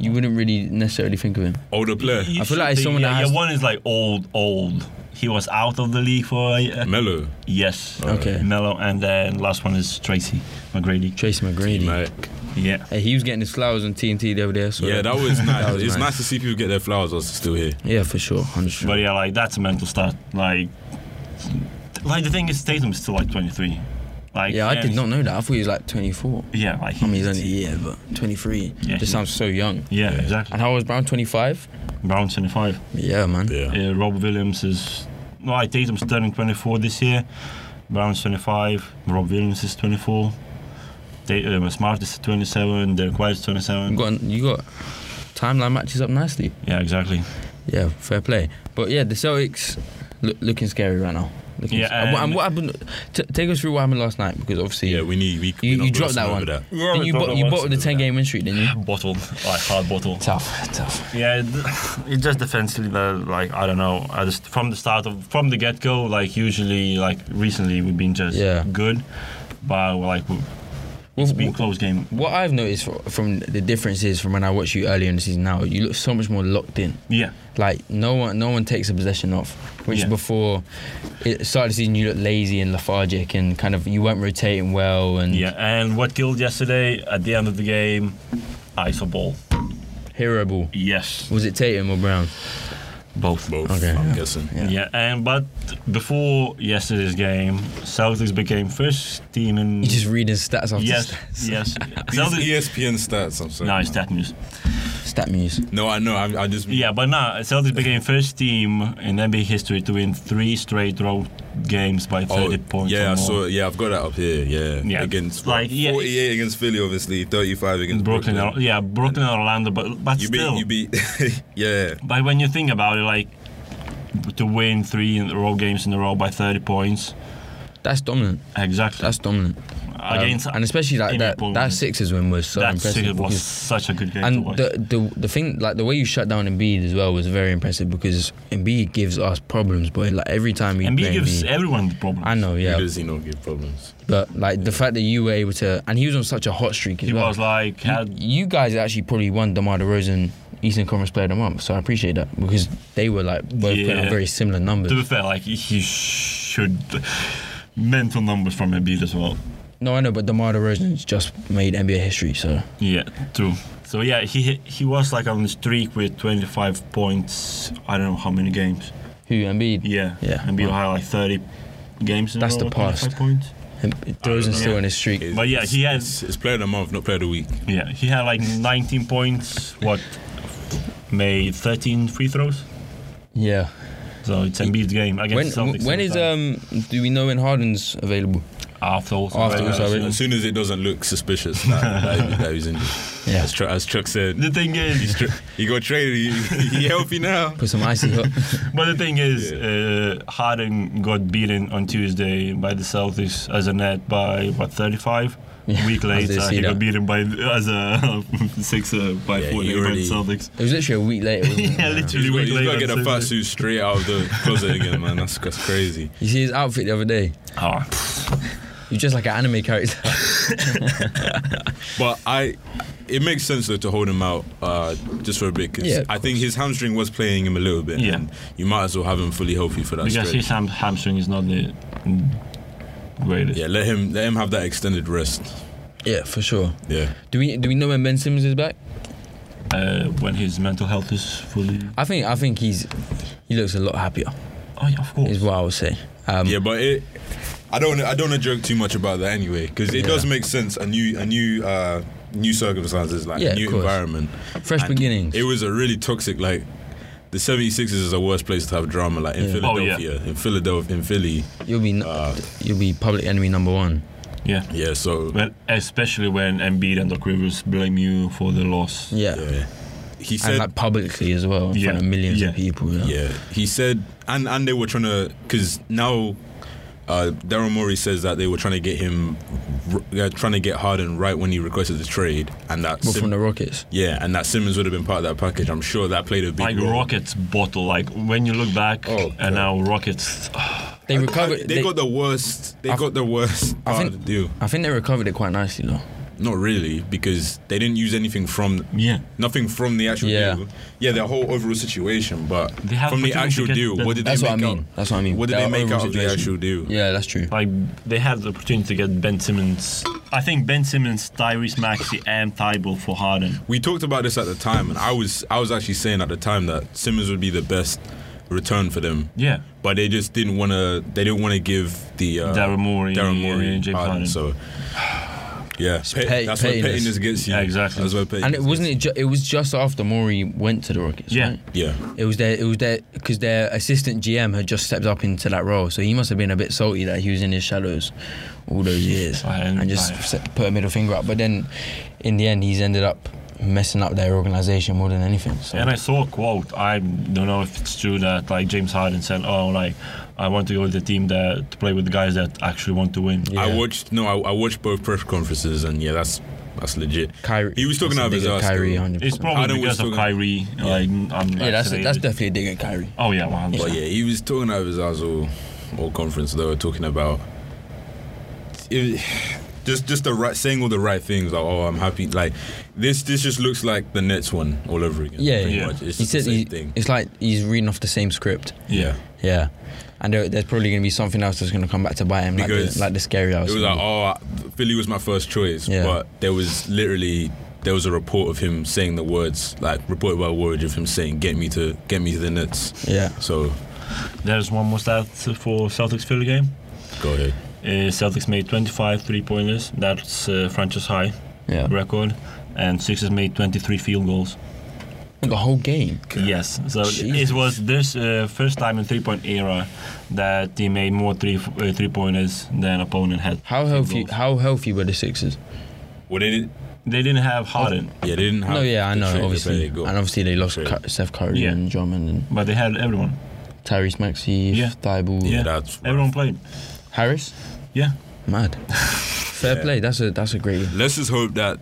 B: You wouldn't really necessarily think of him.
A: older player.
C: you
B: I feel like
C: should
B: it's
C: think-
B: someone that
C: yeah,
B: has-
C: yeah, one is like old, old. He was out of the league for. Uh,
A: Mello.
C: yes.
B: Mm. Okay.
C: Mello, and then last one is Tracy McGrady.
B: Tracy McGrady.
A: Mac.
C: Yeah.
B: Hey, he was getting his flowers on TNT the other day. I saw
A: Yeah, that was nice.
B: was
A: it's nice.
B: nice.
A: to see people get their flowers whilst it's still here.
B: Yeah, for sure. 100%.
C: But yeah, like that's a mental start. Like, like the thing is, Tatum is still like 23. Like
B: Yeah, I did
C: and-
B: not know that. I thought he was like 24.
C: Yeah, like
B: I mean, he's only yeah, but 23.
C: Yeah,
B: just
C: he-
B: sounds so young.
C: Yeah, exactly.
B: And how was Brown? 25.
C: Brown 25.
B: Yeah, man.
A: Yeah.
C: Uh, Rob Williams is. No, I Tatum's turning 24 this year. Brown's 25. Rob Williams is 24. They, um, Smart is 27. Derek White is
B: You
C: 27.
B: got you got timeline matches up nicely.
C: Yeah, exactly.
B: Yeah, fair play. But yeah, the Celtics look, looking scary right now. Looking
C: Yeah,
B: s- and, what- and
C: and-
B: what happened? T- take us through what happened last night because obviously
A: Yeah, we need. We, we're
B: you,
A: not
B: you
A: glossing
B: dropped that
A: over
B: one.
A: That.
C: We already
B: Didn't you
C: dropped
B: bo-
C: that
B: you
C: one.
B: bottled the ten game win streak, didn't you?
C: Bottle, like hard bottle.
B: Tough, tough.
C: Yeah, th- it's just defensively that, like, I don't know. I just from the start of from the get go, like usually, like recently, we've been just
B: Yeah.
C: good, but we're like we- it's been close game.
B: What I've noticed fro- from the difference is from when I watched you earlier in the season now, you look so much more locked in.
C: Yeah,
B: Like no one, no one takes a possession off. Which
C: Yeah.
B: before it started the season, you looked lazy and lethargic, and kind of you weren't rotating well. And
C: yeah. And what killed yesterday at the end of the game, iso ball.
B: hero ball.
C: Yes,
B: Was it Tatum or Brown?
C: both.
A: Both.
B: Okay,
A: I'm
B: yeah.
A: guessing.
B: Yeah.
C: Yeah. and but before yesterday's game, Celtics became first team in.
B: You just reading stats off. the
C: yes,
B: st-
C: yes.
A: These
C: Celtics,
B: E
A: ESPN stats. I'm sorry.
C: no,
A: man.
C: it's that news.
B: stat muse.
A: No, I know. I, I just.
C: Yeah, but nah, Celtics became first team in NBA history to win three straight road games by 30 points.
A: Oh, yeah,
C: or
A: I
C: more.
A: saw. it. Yeah, I've got that up here. Yeah,
C: Yeah.
A: against
C: Like, yeah.
A: 48 against Philly, obviously 35 against
C: Brooklyn,
A: Brooklyn.
C: or- yeah, Brooklyn or Orlando, but but
A: You
C: still.
A: beat. You beat. yeah.
C: But when you think about it, like to win three in a row games in a row by 30 points,
B: That's dominant.
C: exactly
B: That's dominant. Um,
C: against
B: and especially like
C: in
B: that
C: April,
B: that Sixers win was so
C: that
B: impressive.
C: Sixers was
B: because-
C: such a good game to
B: and
C: watch.
B: the, the the thing like the way you shut down Embiid as well was very impressive because Embiid gives us problems, boy. Like every time we
C: and B
B: play
C: gives
B: Embiid,
C: everyone the problem.
B: I know, yeah,
A: Because he not give problems.
B: but like the fact that you were able to, and he was on such a hot streak as
C: He
B: well.
C: was like had
B: you guys actually probably won Demar Derozan Eastern Conference Player of the Month, so I appreciate that because they were like both putting up
C: Yeah.
B: very similar numbers.
C: to be fair, like he should mental numbers from Embiid as well.
B: No, I know, but Demar Derozan's just made NBA history, so
C: Yeah, true. So yeah, he he was like on the streak with 25 points. I don't know how many games.
B: who Embiid?
C: Yeah,
B: Yeah.
C: and Bill had like 30 games. In
B: That's
C: a
B: the
C: row with 25
B: past.
C: Points.
B: Em- Derozan's still
C: Yeah.
B: on his streak.
A: It's-
C: But yeah,
A: it's-
C: he had-
A: It's, it's player of the month, not player of the week.
C: Yeah, he had like 19 points. What? Made 13 free throws.
B: Yeah.
C: So it's Embiid's game
B: When
C: against Celtics.
B: when is
C: um
B: um do we know when Harden's available?
C: after also
B: After
C: regular
B: also,
C: season.
A: As soon as it doesn't look suspicious, that, that, that he's injured.
B: Yeah.
A: As, Chuck, as Chuck said,
C: The thing is,
A: tr- he got traded. He, he healthy now.
B: Put some icy hot.
C: but the thing is, uh, Harden got beaten on Tuesday by the Celtics as a net by what 35.
B: Yeah,
C: a week
B: I was gonna
C: later,
B: see
C: he
B: that.
C: got beaten by as a sixer by
A: Yeah,
C: four
A: he already-
C: against Celtics.
B: It was literally a week later. Wasn't it?
C: Yeah, literally.
A: He's got,
C: week
A: he's got to
C: later,
A: get a
C: so-
A: fat suit straight out of the closet again, man. That's, that's crazy.
B: You see his outfit the other day.
C: Ah,
B: You're just like an anime character.
A: But I, it makes sense though to hold him out uh, just for a bit because
B: Yeah, of
A: I think his hamstring was playing him a little bit.
C: Yeah.
A: and you might as well have him fully healthy for that
C: because his
A: stretch.
C: ham- hamstring is not the greatest.
A: Yeah, let him let him have that extended rest.
B: yeah, for sure.
A: Yeah,
B: Do we do we know when Ben Simmons is back?
C: Uh, when his mental health is fully.
B: I think I think he's he looks a lot happier.
C: Oh yeah, of course.
B: Is what I would say. Um,
A: yeah, but it. I don't wanna- I don't want to joke too much about that anyway because it
B: Yeah.
A: does make sense a new a new uh, new circumstances like
B: Yeah,
A: a
B: of
A: new
B: course.
A: environment.
B: Fresh
A: And
B: beginnings.
A: It was a really toxic like. The 76ers is the worst place to have drama, like in
B: Yeah.
C: Oh, yeah.
A: Philadelphia, in Philadelphia, in Philly.
B: you'll be n you'll be public enemy number one.
C: Yeah.
A: Yeah, so
C: Well, especially when Embiid and Doc Rivers blame you for the loss.
B: Yeah.
A: yeah. he
B: And
A: said
B: like publicly as well, in
C: Yeah,
B: front of millions
C: yeah.
B: of people. Yeah.
A: Yeah, he said, and and they were trying to, because now, uh, Daryl Morey says that they were trying to get him, r- they're trying to get Harden right when he requested the trade, and that
B: Well,
A: Sim-
B: from the Rockets.
A: yeah, and that Simmons would have been part of that package. I'm sure that played a big
C: Like
A: role.
C: Rockets bottle. Like when you look back,
A: Oh, God.
C: and now Rockets.
B: They
A: I-
B: recovered.
A: they, got the worst. They
B: I-
A: got the worst part
B: think-
A: of the deal.
B: I think they recovered it quite nicely though.
A: Not really, because they didn't use anything from
C: Yeah.
A: nothing from the actual
B: Yeah.
A: deal. Yeah, their whole overall situation, but
C: They have
A: from the
C: opportunity
A: actual
C: to get
A: deal,
C: the-
A: what did
B: That's
A: they
B: what I
A: make
B: mean.
A: out?
B: That's what I mean.
A: What did
B: Their
A: they make
B: overall
A: out of the
B: situation.
A: actual deal?
B: Yeah, that's true.
C: Like they had the opportunity to get Ben Simmons. I think Ben Simmons, Tyrese Maxey, and Thibault for Harden.
A: we talked about this at the time, and I was I was actually saying at the time that Simmons would be the best return for them.
C: Yeah.
A: But they just didn't want to. They didn't want to give the uh,
C: Daryl Morey
A: Daryl Morey
C: and James
A: Harden,
C: Harden.
A: So yeah, Pet-
B: petty-
A: that's what
B: pettiness.
A: pettiness gets you.
C: Yeah, exactly.
A: That's what pettiness
B: And it wasn't it. Ju- it was just after Maury went to the Rockets.
C: Yeah.
B: right?
A: Yeah,
B: It was their. It was their because their assistant GM had just stepped up into that role, so he must have been a bit salty that he was in his shadows all those years
C: I am
B: and just
C: tired.
B: se- put a middle finger up. But then, in the end, he's ended up messing up their organisation more than anything. So.
C: And I saw a quote. I don't know if it's true that like James Harden said, "Oh, like I want to go with the team that to play with the guys that actually want to win.
B: Yeah.
A: I watched no, I, I watched both press conferences, and yeah, that's that's legit.
B: Kyrie.
A: He was talking
B: that's a
A: out of
B: dig
A: his
B: at
A: ass.
B: Kyrie,
A: though.
B: 100%.
C: It's
A: I know
C: probably because
A: what's
C: of
A: talking-
C: Kyrie. Like
B: yeah,
C: I'm
B: that's
C: vaccinated.
B: that's definitely a dig at Kyrie.
C: Oh yeah, one
A: But
C: hundred.
A: yeah, he was talking out of his ass all, all conference. They were talking about it- just just the right saying all the right things. Like, oh, I'm happy. Like this, this just looks like the Nets one all over again.
B: Yeah,
A: pretty
C: yeah.
A: Much. It's
B: He
A: just the
B: said
A: same
B: he,
A: thing.
B: it's like he's reading off the same script.
A: Yeah,
B: Yeah, and there, there's probably going to be something else that's going to come back to bite him, like the,
A: Because
B: like the scary house.
A: it was like, oh, Philly was my first choice,
B: Yeah.
A: but there was literally there was a report of him saying the words, like reported by word of him saying, "Get me to get me to the Nets."
B: yeah,
A: So
C: There's one more stat for Celtics Philly game.
A: go ahead.
C: Uh, Celtics made 25 three pointers. That's uh, franchise high
B: yeah,
C: record. And Sixers made 23 field goals.
B: the whole game.
C: Yes. So
B: Jesus.
C: it was this uh, first time in three point era that they made more three uh, three pointers than opponent had.
B: How
C: field
B: healthy?
C: goals.
B: How healthy were the Sixers?
A: Well, they didn't.
C: They didn't have Harden,
A: Yeah, they didn't have.
B: No, yeah, I
A: the
B: know,
A: trade
B: obviously,
A: that they got.
B: and obviously they lost
A: Trade.
B: Ky- Steph Curry
C: Yeah.
B: and Drummond and
C: but they had everyone.
B: Tyrese Maxey,
C: Yeah.
B: Thibault,
A: yeah,
C: yeah.
A: that's
C: Everyone played.
B: Harris.
C: Yeah.
B: Mad. Fair
A: Yeah.
B: play. That's a that's a great.
A: Let's just hope that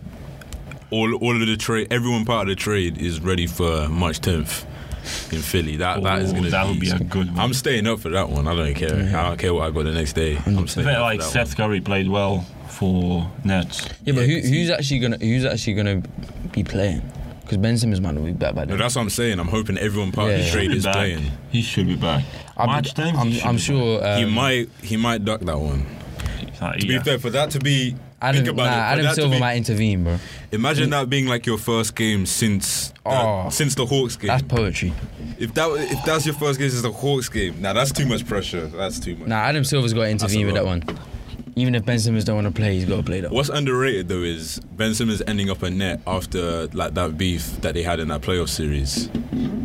A: all all of the trade, everyone part of the trade is ready for March 10th in Philly. That that is
C: Ooh,
A: gonna
C: Oh, that
A: be.
C: would be a good one.
A: I'm staying up for that one. I don't care. I don't care what I got the next day. I'm
C: I
A: staying
C: felt
A: up
C: like
A: for that
C: Seth Curry played well for Nets.
B: Yeah, but
A: Yeah,
B: who,
A: 'cause he-
B: who's actually gonna who's actually gonna be playing? Because Ben Simmons might not be back by
A: one.
B: then.
A: No, that's what I'm saying. I'm hoping everyone part of
B: Yeah.
A: the trade
C: Should be
A: is
C: back.
A: playing.
C: He should be back.
B: I'm,
C: March 10th,
B: I'm,
C: he should
B: I'm
C: be
B: sure. Um,
A: he might he might duck that one.
C: back. Like,
A: To
C: yeah.
A: be fair, for that to be
B: Adam,
A: think about
B: nah,
A: it. for
B: Adam
A: that to
B: Silver
A: be-
B: might intervene, bro.
A: Imagine that being like your first game since that-
B: Oh.
A: since the Hawks game.
B: That's poetry.
A: if that if that's your first game since the Hawks game, now that's too much pressure. That's too much.
B: Nah, Adam Silver's got to intervene with
A: That's
B: that
A: a
B: one. Even if Ben Simmons don't want to play, he's got to play that. one.
A: What's underrated though is Ben Simmons ending up a net after like that beef that they had in that playoff series.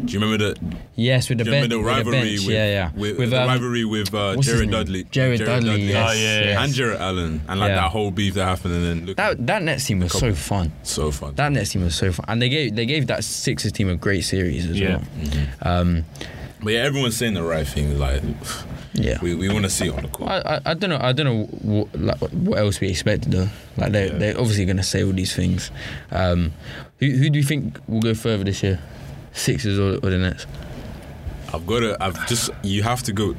A: Do you remember the, do
B: Yes, with the,
A: you
B: ben-
A: remember the
B: with
A: rivalry
B: bench,
A: with,
B: yeah, yeah,
A: with,
B: with
A: the
B: um,
A: rivalry with uh,
B: what's his
A: Jared
B: name?
A: Dudley,
B: Jared Dudley, yes,
C: Oh, yeah, yeah.
A: and
B: yes.
A: Jared Allen, and like
B: Yeah.
A: that whole beef that happened, and then look,
B: That that Nets team was so fun.
A: so fun.
B: That Nets team was so fun, and they gave they gave that Sixers team a great series as
C: Yeah.
B: well. Um,
A: but yeah, everyone's saying the right thing. Like
B: yeah.
A: we, we want to see it on the court.
B: I, I, I don't know. I don't know what, like, what else we expected though. Like they
A: Yeah.
B: they're obviously going to say all these things. Um, who who do you think will go further this year? Sixers or, or the Nets?
A: I've got to. I've just. You have to go.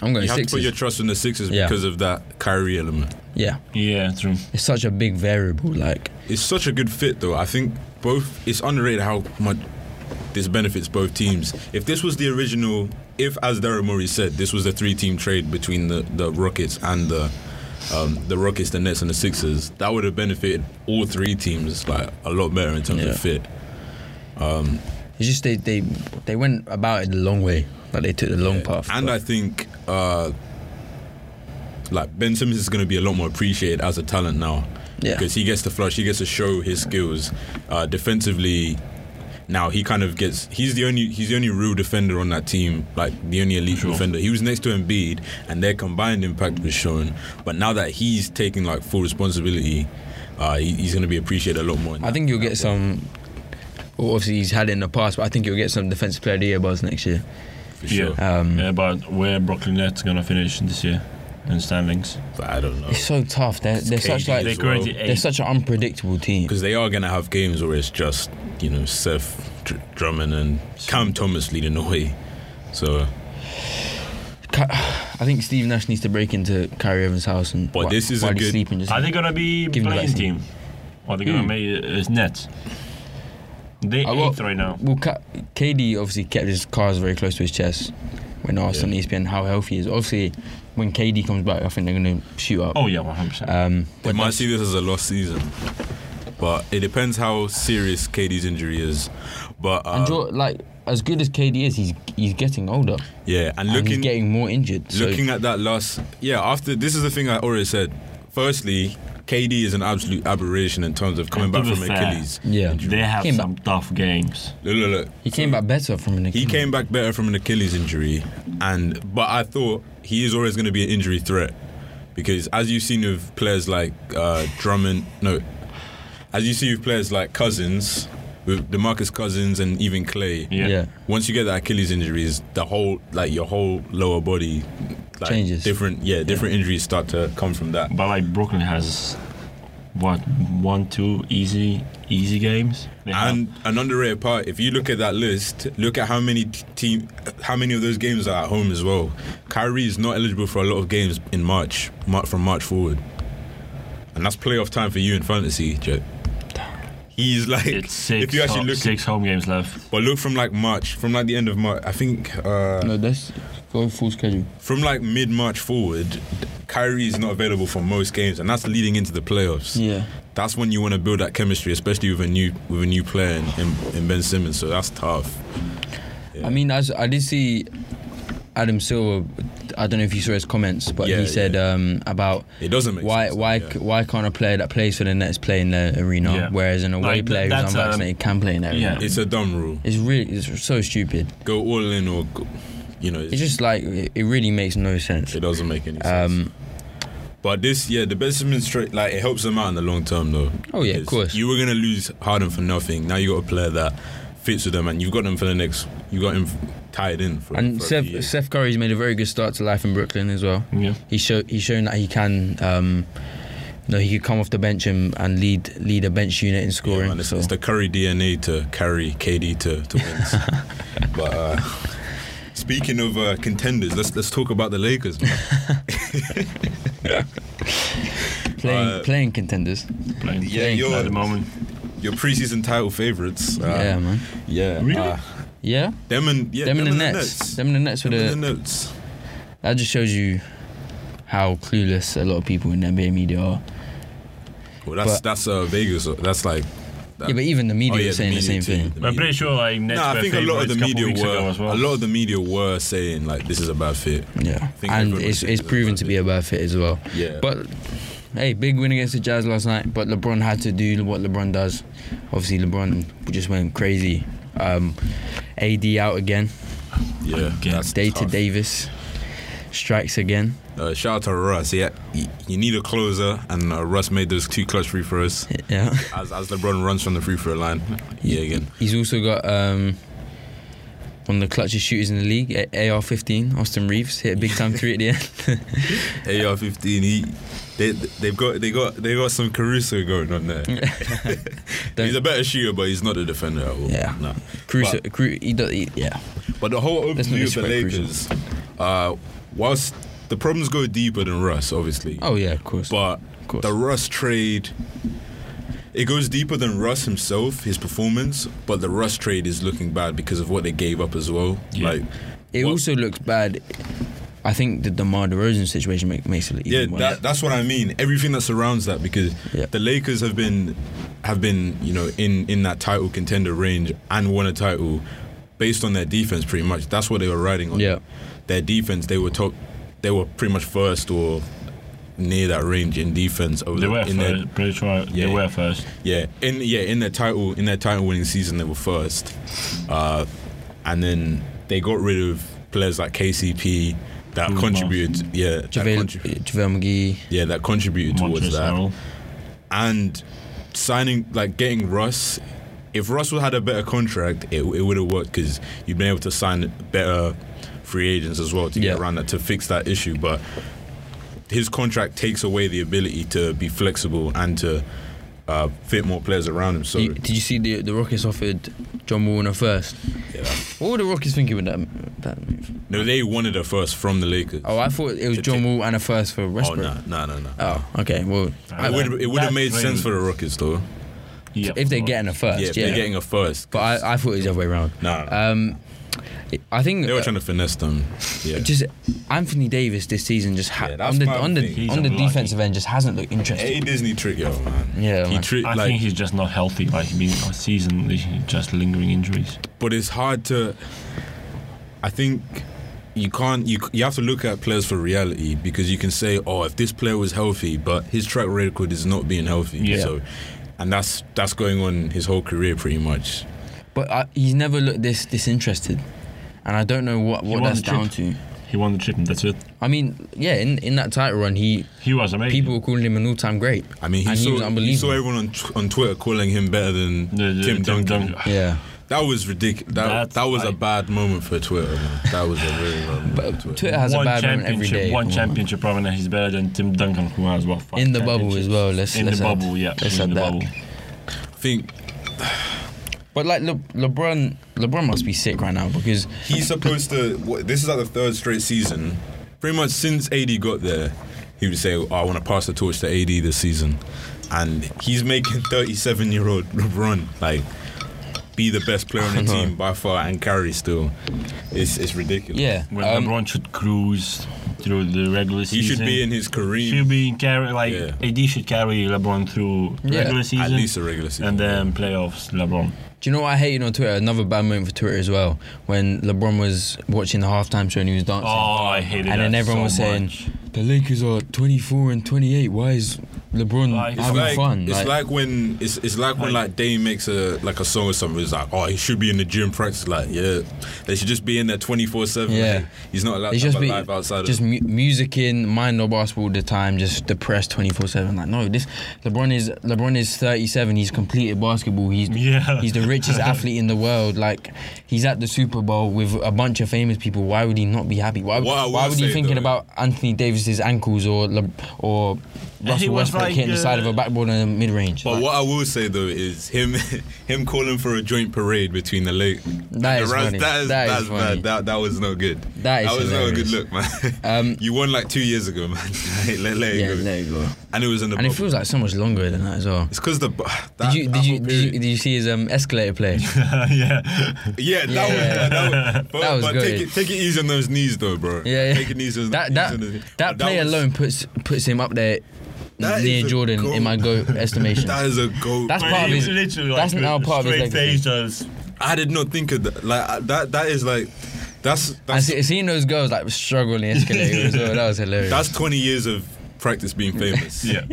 B: I'm going
A: You have to put
B: Sixers.
A: your trust in the Sixers
B: Yeah.
A: because of that Kyrie element.
B: yeah,
C: Yeah, true.
B: it's such a big variable. Like
A: It's such a good fit, though. I think both. It's underrated how much this benefits both teams. If this was the original, if as Daryl Murray said, this was the three-team trade between the the Rockets and the um, the Rockets, the Nets, and the Sixers, that would have benefited all three teams like a lot better in terms
B: Yeah.
A: of fit.
B: it's just they they they went about it the long way. Like they took the long path.
A: And I think uh, like Ben Simmons is going to be a lot more appreciated as a talent now.
B: Yeah.
A: Because he gets to flush, he gets to show his skills. Uh, defensively, now he kind of gets. He's the only. He's the only real defender on that team. Like the only elite defender. He was next to Embiid, and their combined impact was shown. But now that he's taking like full responsibility, uh, he, he's going to be appreciated a lot more. in
B: I
A: that-
B: think you'll
A: that
B: get
A: way.
B: some. Well, obviously, he's had it in the past, but I think you'll get some defensive player of the year buzz next year.
A: For sure.
C: Yeah.
B: Um,
C: yeah, but where Brooklyn Nets gonna finish this year in standings?
A: But I don't know
B: It's so tough. They're, they're such
A: KD
B: like
A: as
C: They're
A: well.
C: currently
B: they're
C: eight.
B: such an unpredictable team.
A: because they are going to have games where it's just you know Seth Dr- Drummond and Cam Thomas leading the way. So,
B: Ky- I think Steve Nash needs to break into Kyrie Evans' house and
A: But
B: whi-
A: this is
B: while
A: a
B: he's
A: good-
B: sleeping. Just
C: Are they gonna be
B: Give me the
C: playing
B: vaccine.
C: team? Or are they gonna
B: Who?
C: make uh, Nets? They
B: I got-
C: eighth right now.
B: Well, Ka- KD obviously kept his cards very close to his chest when asked on E ESPN how healthy he is. Obviously, when KD comes back, I think they're going to shoot up.
C: Oh yeah, one hundred percent.
B: Um,
A: they might see this as a lost season, but it depends how serious KD's injury is. But um,
B: and Jor- like as good as KD is, he's he's getting older
A: yeah, and
B: and he's
A: looking
B: getting more injured. So
A: looking at that last yeah after this is the thing I already said. Firstly, KD is an absolute aberration in terms of coming
C: To
A: back
C: be
A: from
C: fair.
A: Achilles.
B: yeah,
C: They have
B: Came
C: some tough games.
A: Look, look, look.
B: he came back better from an.
A: He came back better from an Achilles injury, and but I thought he is always going to be an injury threat because as you've seen with players like uh, Drummond, no, as you see with players like Cousins, with Demarcus Cousins and even Clay.
C: Yeah.
B: yeah.
A: Once you get that Achilles injuries, the whole like your whole lower body like,
B: Changes.
A: Different, yeah, different injuries start to come from that.
C: But like Brooklyn has what one, two easy, easy games. They have-
A: And an underrated part, if you look at that list, look at how many t- team, how many of those games are at home as well. Kyrie is not eligible for a lot of games in March, Mar- from March forward, and that's playoff time for you in fantasy, Jack. He's like,
C: it's six.
A: if you actually
C: ho-
A: look,
C: six home games left.
A: but look from like March, from like the end of March, I think uh,
B: No, that's going full schedule.
A: from like mid March forward, Kyrie is not available for most games, and that's leading into the playoffs.
B: Yeah.
A: That's when you want to build that chemistry, especially with a new with a new player in, in, in Ben Simmons. So that's tough.
B: I mean, I, s- I did see Adam Silver. I don't know if you saw his comments, but
A: Yeah,
B: he said um, about
A: It doesn't make
B: why
A: sense.
B: why
A: yeah.
B: c why can't a player that plays for the Nets play in their arena,
C: Yeah.
B: whereas an away
C: Like, th-
B: player who's
C: that's, um,
B: unvaccinated can play in their arena?
C: yeah.
A: It's a dumb rule.
B: It's really it's so stupid.
A: Go all in or, go, you know,
B: It's just like it it really makes no sense.
A: it doesn't make any sense.
B: Um,
A: but this, yeah, the best straight like it helps them out in the long term though.
B: Oh, yeah, of
A: Because
B: course.
A: You were gonna lose Harden for nothing. Now you got a player that fits with them, and you've got them for the next. You got him tied in for.
B: and
A: for a few
B: Seth,
A: years.
B: Seth Curry's made a very good start to life in Brooklyn as well.
C: Yeah.
B: He show he's shown that he can. Um, no, he could come off the bench and, and lead lead a bench unit in
A: Yeah,
B: scoring.
A: man, it's,
B: so.
A: it's the Curry DNA to carry KD to, to wins. but uh, speaking of uh, contenders, let's let's talk about the Lakers. Man.
B: playing
A: Uh,
B: playing contenders.
C: Playing
A: Yeah,
C: playing
A: you're-
C: at the moment.
A: Your preseason title favorites. Uh,
B: yeah, man.
A: yeah.
C: Really?
A: uh,
B: Yeah,
A: them and yeah,
B: them and the Nets.
A: Nets.
B: Them and the Nets with
A: Them
B: the.
A: and the Nets.
B: That just shows you how clueless a lot of people in the NBA media are.
A: Uh, Well, that's
B: But-
A: that's uh, Vegas. uh, That's like. that-
B: Yeah, but even the media
A: Oh, yeah,
B: is saying the,
A: media
B: same
A: too,
B: thing.
A: the
C: I'm
A: media.
C: pretty sure like Nets
A: No, I
C: were
A: think a lot of the
C: favourites couple
A: media
C: weeks ago
A: were
C: as well.
A: a lot of the media were saying like this is a bad fit.
B: Yeah,
A: think
B: and
A: everyone
B: it's
A: thinks
B: it's
A: it's
B: proven
A: about
B: to be a bad fit as well.
A: Yeah.
B: But hey, big win against the Jazz last night. But LeBron had to do what LeBron does. Obviously, LeBron just went crazy. Um, AD out again.
A: yeah,
C: Again.
A: that's
B: Day to
A: tough.
B: Davis strikes again.
A: Uh, shout out to Russ. Yeah, you, you need a closer, and uh, Russ made those two clutch free throws
B: Yeah.
A: as as LeBron runs from the free throw line. Yeah, again.
B: He's also got um, one of the clutchest shooters in the league, AR fifteen, Austin Reeves hit a big time three at the end.
A: AR fifteen. He they they've got they got they got some Caruso going on there. he's a better shooter, but he's not a defender at all.
B: Yeah.
A: Nah.
B: Crucial, cru- he does, he, yeah.
A: But the whole
B: Let's not
A: overview of the
B: disrespect Crucial.
A: Lakers, uh, whilst the problems go deeper than Russ, obviously.
B: Oh yeah, of course.
A: But
B: course.
A: the Russ trade, it goes deeper than Russ himself, his performance. But the Russ trade is looking bad because of what they gave up as well.
C: Yeah.
A: Like,
B: it
A: what-
B: also looks bad. I think the Demar Derozan situation make, makes it
A: yeah,
B: even worse.
A: that, that's what I mean. Everything that surrounds that because
B: Yeah.
A: the Lakers have been, have been, you know, in in that title contender range and won a title based on their defense. Pretty much, that's what they were riding on.
B: Yeah.
A: their defense, they were top, they were pretty much first or near that range in defense. Over
C: They
A: the-
C: were
A: in their-
C: first. Pretty sure
A: Yeah.
C: they were first.
A: Yeah, in yeah in their title in their title winning season they were first, uh, and then they got rid of players like KCP that
C: Kuzma.
A: contributed. Yeah, that
B: JaVale, uh,
A: contrib-
B: JaVale McGee.
A: yeah, that contributed towards
C: Montrezl
A: that.
C: Harrell.
A: And signing like getting Russ, if Russ would had a better contract, it, it would have worked because you've been able to sign better free agents as well to
B: Yeah.
A: get around that to fix that issue, but. His contract takes away the ability to be flexible and to uh, fit more players around him. So
B: You- did you see the the Rockets offered John Warner first?
A: Yeah.
B: What were the Rockets thinking with that that move?
A: No, they wanted a first from the Lakers.
B: Oh, I thought it was
A: The
B: John
A: team-
B: Wall and a first for
A: Oh,
B: Westbrook.
A: no, no, no, no.
B: Oh, okay. Well,
C: I
A: It would it would have
C: That's
A: made sense
C: crazy.
A: for the Rockets though.
C: Yeah,
B: if they're getting a
A: Yeah,
B: first, yeah.
A: they're getting a first.
B: But I, I thought it was the other way around.
A: Nah,
B: Um, I think
A: they were
B: uh,
A: trying to finesse them. Yeah,
B: just Anthony Davis this season just ha-
A: Yeah, that's
B: on the
A: my
B: on the
A: thing.
C: He's
B: on the
C: unlucky.
B: defensive end just hasn't looked
A: a
B: interesting.
A: Disney trick, yo, man.
B: Yeah,
A: he
B: man.
A: trick
C: I
A: like,
C: think he's just not healthy. Like he's been a season, he's just lingering injuries.
A: but it's hard to. I think you can't. You you have to look at players for reality because you can say, oh, if this player was healthy, but his track record is not being healthy.
C: Yeah.
A: So, and that's that's going on his whole career pretty much.
B: But I, he's never looked this disinterested, and I don't know what, what
C: won
B: that's
C: the chip.
B: down to.
C: He won the chip, and that's it.
B: I mean, yeah, in, in that title run, he
C: He was amazing.
B: people were calling him an all-time great.
A: I mean, he,
B: and
A: saw,
B: he was
A: he saw
B: unbelievable.
A: everyone on, tw- on Twitter calling him better than
C: The- the
A: Tim, Duncan.
B: yeah,
A: That was ridiculous. That,
C: That's
A: that was a
C: like-
A: bad moment for Twitter. Man. That was a really bad moment
B: but
A: for Twitter.
B: Twitter has
C: one
B: a bad run every
C: championship,
B: day.
C: one championship problem, and he's better than Tim Duncan, who has what? five
B: In the bubble as
C: championships?
B: well, let's-
C: in
B: let's
C: the
B: add-
C: bubble, yeah,
B: let's
C: in
B: add
C: the
B: that.
C: bubble.
A: I think
B: But like Le- LeBron, LeBron must be sick right now because
A: he's supposed to. What, this is like the third straight season. Pretty much since AD got there, he would say, oh, "I want to pass the torch to AD this season," and he's making 37-year-old LeBron like be the best player on the
B: know.
A: team by far and carry still. It's it's ridiculous.
B: yeah,
C: When
B: um,
C: LeBron should cruise through the regular
A: he
C: season,
A: should be in his Kareem.
C: Should be in carry like
A: Yeah.
C: AD should carry LeBron through
B: Yeah.
C: regular season,
A: At least a regular season.
C: and then playoffs. LeBron.
B: Do you know what I hated on Twitter? Another bad moment for Twitter as well. When LeBron was watching the halftime show and he was dancing.
C: Oh, I hated
B: and then
C: that
B: everyone
C: so
B: was saying,
C: much.
B: the Lakers are 24 and 28. Why is LeBron
C: Like-
A: It's
B: having
A: like,
B: fun?
A: It's like, when it's, it's like when
C: Like-
A: like Dame makes a like a song or something. It's like, oh, he should be in the gym practice. Like, yeah, they should just be in there twenty four seven.
B: Yeah.
A: he's not allowed
B: it's
A: to
B: just
A: have a
B: be
A: life outside.
B: just
A: of
B: mu- music in, mind no basketball all the time, just depressed 24 seven. Like no, this LeBron is LeBron is 37. He's completed basketball. He's
C: Yeah.
B: he's the richest athlete in the world. Like he's at the Super Bowl with a bunch of famous people. Why would he not be happy? Why,
A: What I
B: why
A: will
B: would he
A: say,
B: thinking
A: though-
B: about Anthony Davis's ankles or Le, or
C: he
B: Russell
C: was
B: Westbrook
C: like,
B: hitting the side
C: uh,
B: of a backboard in the mid range?
A: but what I will say though is him him calling for a joint parade between the late
B: That
A: the
B: is
A: Raz-
B: funny.
A: that is
B: That is
A: that's
B: funny.
A: bad that that was not good
B: That is
A: that was not a good
B: hilarious.
A: look man
B: Um,
A: you won like two years ago man Like, let, let it
B: yeah,
A: go.
B: there you go.
A: and it was in the
B: And it
A: bubble.
B: feels like so much longer than that as well.
A: it's because the bu- that,
B: Did you
A: that
B: did you,
A: whole
B: did you
A: period-
B: did you see his um, escalator play?
C: yeah.
A: Yeah, that
B: Yeah.
A: was that was, but,
B: That was
A: but
B: good.
A: Take it, take it easy on those knees, though, bro.
B: Yeah, yeah.
A: Take it easy on
B: That
A: easy
B: that
A: on those knees.
B: that
A: But
B: play
A: was-
B: alone puts puts him up there
A: That is
B: near
A: a
B: Jordan
A: goal.
B: in my go estimation.
A: That is a goal.
B: That's
C: But
B: part of
C: he
B: his-
C: was literally like
B: that's now
C: with
B: part of his
C: straight
B: legacy.
C: face, just-
A: I did not think of that. Like I- that. That is like, that's
B: and
A: that's
B: see, seeing those girls like struggling escalator as well, that was hilarious.
A: that's twenty years of practice being famous.
C: Yeah.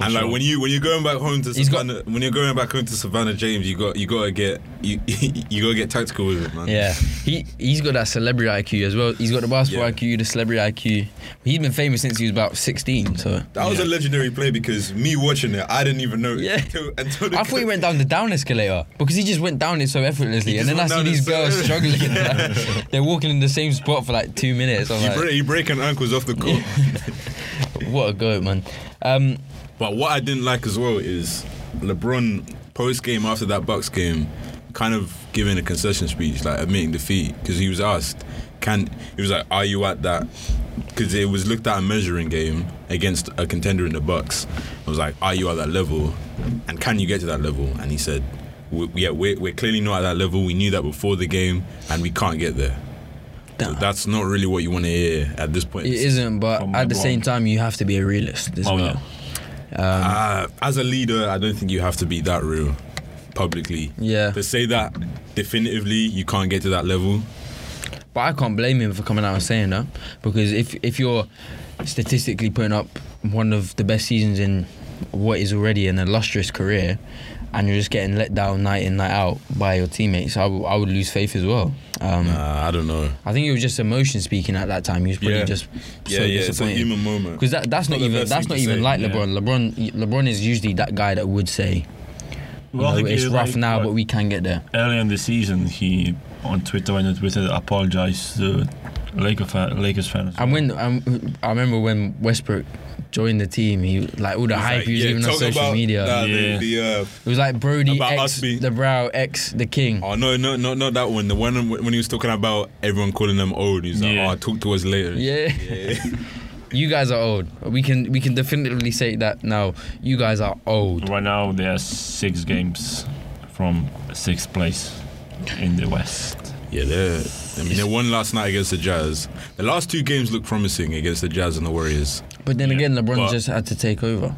A: and like
C: sure.
A: when you when you're going back home to
B: He's got-
A: Savannah, when you're going back home to Savannah James, you got you gotta get you you gotta get tactical with it, man.
B: yeah, he he's got that celebrity IQ as well. He's got the basketball
A: Yeah.
B: IQ, the celebrity IQ. He's been famous since he was about sixteen. So
A: That was a legendary play because me watching it, I didn't even know.
B: Yeah.
A: until, until the
B: I thought he went down the down escalator because he just went down it so effortlessly,
A: He
B: and
A: just
B: then I
A: went
B: see
A: down
B: these
A: it so-
B: girls struggling. like, they're walking in the same spot for like two minutes. I'm
A: You
B: like,
A: break, you breaking ankles off the court.
B: what a goat, man. Um,
A: But what I didn't like as well is LeBron post game after that Bucks game, kind of giving a concession speech, like admitting defeat, because he was asked, "Can he was like, are you at that?" Because it was looked at a measuring game against a contender in the Bucks. I was like, "Are you at that level? And can you get to that level?" And he said, "We- "Yeah, we're, we're clearly not at that level. We knew that before the game, and we can't get there." So that's not really what you want to hear at this point.
B: it isn't, but
C: From
B: at the
C: LeBron.
B: same time, you have to be a realist as
C: Oh,
B: well.
C: yeah.
A: Uh, as a leader, I don't think you have to be that real publicly.
B: Yeah.
A: To say that definitively, you can't get to that level.
B: But I can't blame him for coming out and saying that because if if you're statistically putting up one of the best seasons in what is already an illustrious career, and you're just getting let down night in night out by your teammates, I would- I would lose faith as well. Um,
A: Uh, I don't know.
B: I think it was just emotion speaking at that time. He was probably
A: Yeah.
B: just
A: Yeah,
B: so
A: yeah, it's a
B: disappointed.
A: human moment.
B: Because that,
A: It's
B: that's
A: not
B: not,
A: the
B: even
A: best
B: that's
A: thing
B: not
A: to
B: even
A: say,
B: like
A: yeah.
B: LeBron. LeBron LeBron is usually that guy that would say,
C: Well, I
B: "No,
C: think
B: "It's
C: it was
B: rough
C: like,
B: now,
C: what,
B: but we can get there."
C: early in the season, he on Twitter and on Twitter apologized to Laker fan, Lakers fans.
B: And when um, I remember when Westbrook joined the team, he like all the hype he was giving on
A: talk
B: social
A: about
B: media.
A: that,
C: Yeah.
A: The, the, uh,
B: It was like Brody
A: About
B: X,
A: us being-
B: the Brow X, the King.
A: oh no, no, no, not that one. The one when when he was talking about everyone calling them old. He's like,
C: Yeah.
A: oh, talk to us later.
B: Yeah. you guys are old. We can we can definitively say that now. You guys are old.
C: Right now, they are six games from sixth place in the West.
A: Yeah, they're, I mean, they won last night against the Jazz. The last two games look promising against the Jazz and the Warriors.
B: But then
C: Yeah,
B: again, LeBron
A: but-
B: just had to take over,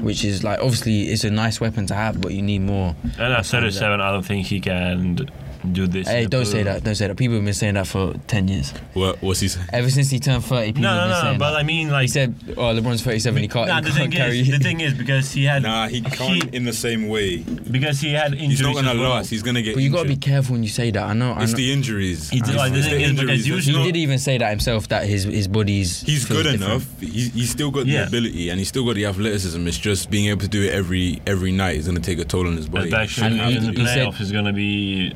B: which is like obviously it's a nice weapon to have, but you need more.
C: And at 37, I don't think he can do this.
B: Hey,
C: and
B: don't
C: do
B: say that. Don't say that. People have been saying that for ten years.
A: What, what's he saying?
B: Ever since he turned thirty, people
C: No,
B: have been
C: no, no.
B: saying
C: But
B: that.
C: I mean, like,
B: he said, "Oh, LeBron's thirty-seven. He can't, he
C: nah, the
B: can't
C: thing
B: carry."
C: is, the thing is because he had,
A: Nah, he can't in the same way.
C: because he had injuries.
A: He's not gonna
C: as well.
A: last. He's gonna get.
B: but you got to be
A: injured.
B: careful when you say that. I know. I
A: It's
B: know.
A: the injuries.
C: He did- like, the
A: It's
C: thing is, because
A: that's-
B: he
C: usually-
B: did even say that himself that his his body's.
A: He's
B: feels
A: good
B: different.
A: enough. He's, he's still got
C: Yeah.
A: the ability and he's still got the athleticism. It's just being able to do it every every night is going to take a toll on his body.
B: And
C: Especially
B: he-
C: in the
B: he said-
C: playoffs is gonna be.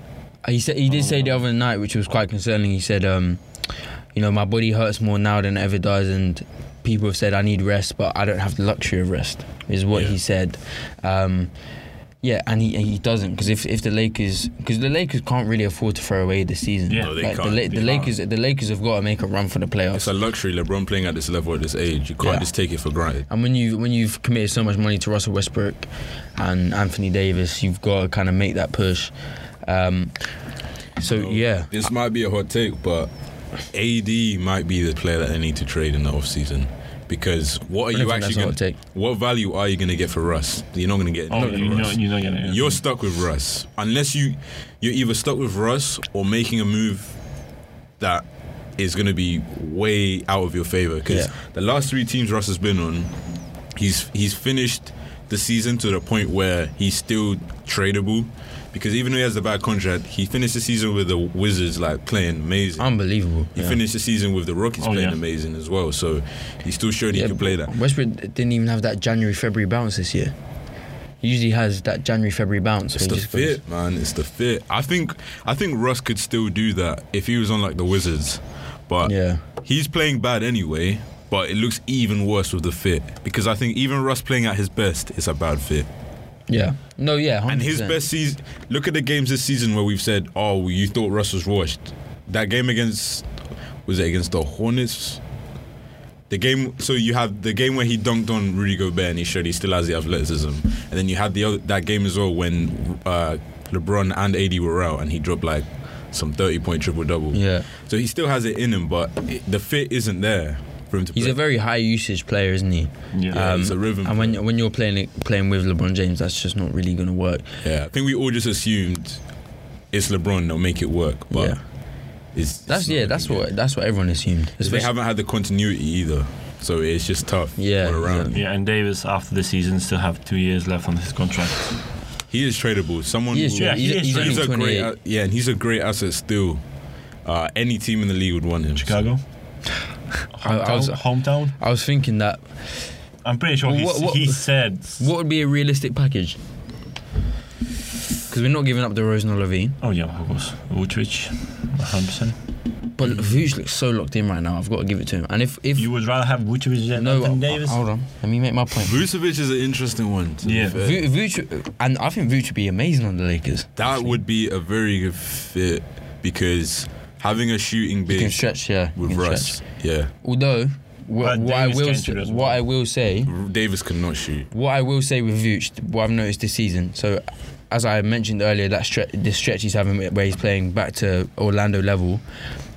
B: He said he did say the other night, which was quite concerning. He said, um, "You know, my body hurts more now than it ever does, and people have said I need rest, but I don't have the luxury of rest." Is what
A: Yeah.
B: he said. Um, yeah, and he and he doesn't because if, if the Lakers because the Lakers can't really afford to throw away the season.
C: Yeah. No,
A: they
B: Like, the,
A: can't.
B: La-
A: They
B: the
A: can't.
B: Lakers the Lakers have got to make a run for the
A: It's
B: playoffs.
A: a luxury LeBron playing at this level at this age. You can't
B: Yeah.
A: just take it for granted.
B: And when you when you've committed so much money to Russell Westbrook and Anthony Davis, you've got to kind of make that push. Um, so yeah,
A: This might be a hot take, but AD might be the player that they need to trade in the offseason. Because what are
B: I don't
A: you
B: think
A: actually
B: that's a hot
A: going to
B: take.
A: What value are you going to get for Russ? You're not going to get
C: Oh,
A: anything
C: you
A: for
C: know,
A: Russ.
C: you're not gonna.
A: You're stuck with Russ unless you you're either stuck with Russ or making a move that is going to be way out of your favor because
B: Yeah.
A: the last three teams Russ has been on, he's he's finished the season to the point where he's still tradable because even though he has the bad contract, he finished the season with the Wizards like playing amazing.
B: unbelievable.
A: he
B: Yeah.
A: finished the season with the Rockets
C: Oh,
A: playing
C: yeah.
A: amazing as well, so he still showed he
B: Yeah,
A: can play that.
B: Westbrook didn't even have that January February bounce this year. He usually has that January February bounce.
A: It's
B: where
A: the
B: he just goes-
A: fit, man. It's the fit. I think I think Russ could still do that if he was on like the Wizards, but
B: Yeah.
A: he's playing bad anyway. But it looks even worse with the fit because I think even Russ playing at his best is a bad fit.
B: Yeah. No. Yeah. 100%.
A: And his best season. Look at the games this season where we've said, "Oh, you thought Russ was washed." That game against was it against the Hornets? The game. So you have the game where he dunked on Rudy Gobert and he showed he still has the athleticism. And then you had the other that game as well when uh, LeBron and AD were out and he dropped like some thirty-point triple-double.
B: Yeah.
A: So he still has it in him, but it, the fit isn't there for him to.
B: He's
A: play.
B: a very um, high usage player, isn't he?
C: Yeah.
A: Yeah, he's a rhythm
B: And when when you're playing it- playing with LeBron James, that's just not really gonna work.
A: yeah. I think we all just assumed it's LeBron. They'll make it work, but.
B: Yeah.
A: It's, it's
B: That's
A: not
B: yeah.
A: looking
B: That's
A: good.
B: what that's what everyone assumed.
A: they
B: Especially-
A: haven't had the continuity either, so it's just tough.
B: Yeah,
A: all around.
B: exactly.
C: Yeah, and Davis after the season still have two years left on his contract.
A: He is tradable. Someone.
B: He is
A: will-
B: true.
C: Yeah,
B: he's,
C: he is
B: he's
C: true.
A: he's
B: only
A: a great. uh, a-
B: 28.
A: Yeah, and he's a great asset still. Uh, any team in the league would want him.
C: Chicago,
B: I, I was
C: hometown.
B: I was thinking that
C: I'm pretty sure he
B: What- what-
C: he said.
B: what would be a realistic package? Because we're not giving up the Rose and Levine,
C: Oh yeah, of course. Vucevic, 100. percent
B: but Vuce looks so locked in right now. I've got to give it to him. And if if
C: Mm. You would rather have Vucevic than
B: no,
C: Anthony
B: uh,
C: Davis?
B: hold on, let me make my point.
A: Vucevic is an interesting one. to be
C: Yeah.
A: fair.
B: Vu- Vooch, and I think Vooch would be amazing on the Lakers.
A: that would be a very good fit because having a shooting
B: You can
A: big
B: stretch, yeah. you
A: with
B: can
A: Russ,
B: stretch.
A: yeah,
B: Although,
C: But
B: what, what I
C: Uh, Davis
B: will
C: can
B: say,
C: shoot as
B: what
C: well.
B: I will say,
A: Davis cannot shoot.
B: what I will say with Vooch, what I've noticed this season. So, as I mentioned earlier, that stretch, this stretch he's having where he's playing back to Orlando level,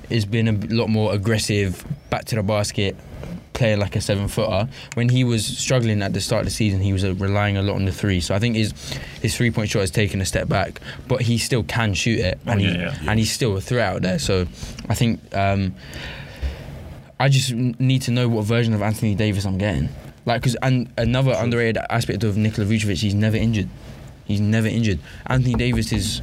B: has been a b- lot more aggressive, back to the basket. Playing like a seven footer. When he was struggling at the start of the season, he was uh, relying a lot on the three. So I think his his three point shot has taken a step back, but he still can shoot it,
C: Oh,
B: and
C: yeah,
B: he,
C: yeah.
B: and he's still a threat out there. So I think um, I just n- need to know what version of Anthony Davis I'm getting. Like, because and another underrated aspect of Nikola Vucevic, he's never injured. He's never injured. Anthony Davis is.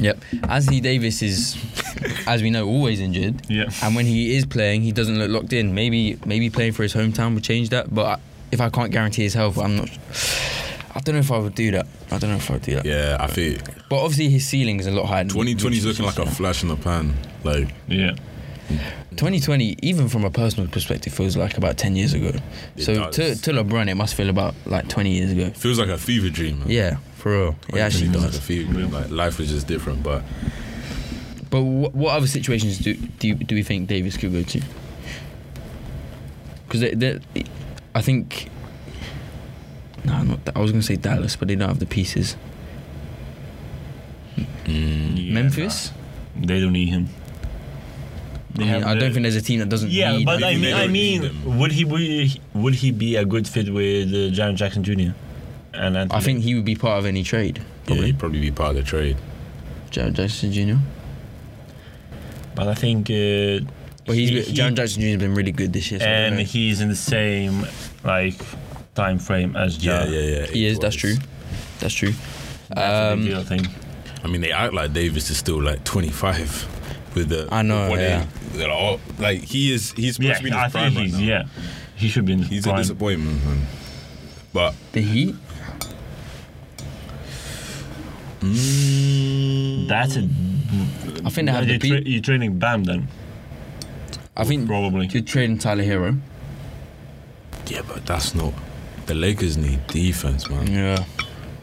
B: Yep. Anthony Davis is, as we know, always injured.
C: Yeah.
B: And when he is playing, he doesn't look locked in. Maybe maybe playing for his hometown would change that. But I- if I can't guarantee his health, I'm not. I don't know if I would do that. I don't know if I would do that.
A: Yeah, I think
B: But obviously his ceiling is a lot higher. than
A: 2020 is
B: Vucevic's,
A: looking like a
B: yeah.
A: flash in the pan. Like
C: Yeah.
B: 2020, even from a personal perspective, feels like about 10 years ago.
A: It
B: so to,
A: does.
B: to LeBron, it must feel about like 20 years ago.
A: feels like a fever dream. Man.
B: Yeah, for real. It
A: Like,
B: actually
A: feels like
B: does.
A: a fever dream. Like life was just different, but
B: But what, what other situations do do, you, do we think Davis could go to? Because I think. No, not that. I was going to say Dallas, but they don't have the pieces. Mm,
C: Yeah,
B: Memphis?
C: nah. They don't need him. They
B: I, mean,
C: have
B: I
C: the-
B: don't think there's a team that doesn't
C: Yeah,
B: need
C: but
A: him.
C: I
A: They
C: mean, I
A: don't need
C: mean,
A: him.
C: would he be would he be a good fit with uh, Jaron Jackson Jr. and Anthony?
B: I think he would be part of any trade.
A: yeah,
B: Probably.
A: he'd probably be part of the trade.
B: Jared Jackson Jr.
C: But I think. Uh,
B: But he's
C: he-
B: been, Jaron Jackson Jr. has been really good this year. So I don't
C: and
B: know.
C: he's in the same like time frame as
A: Yeah,
C: Ja.
A: yeah, yeah.
B: he
A: it
B: is. That's
A: was.
B: true. That's true.
C: That's a big
B: Um,
C: deal, I think.
A: I mean, they act like Davis is still like 25 with the.
B: I know,
A: with what they-
B: yeah.
A: they're all- like he is. He's supposed
C: Yeah,
A: to be in his
C: I
A: prime
C: think
A: right
C: he's
A: now.
C: yeah. He should be in his
A: He's a
C: prime.
A: disappointment, man. But
B: The Heat. Mm.
C: That's a.
B: I think they have
C: you're,
B: the
C: tra-
B: beat.
C: you're training Bam then.
B: I think
C: probably.
B: you're trading Tyler Hero.
A: yeah, but that's not. The Lakers need defense, man.
B: Yeah.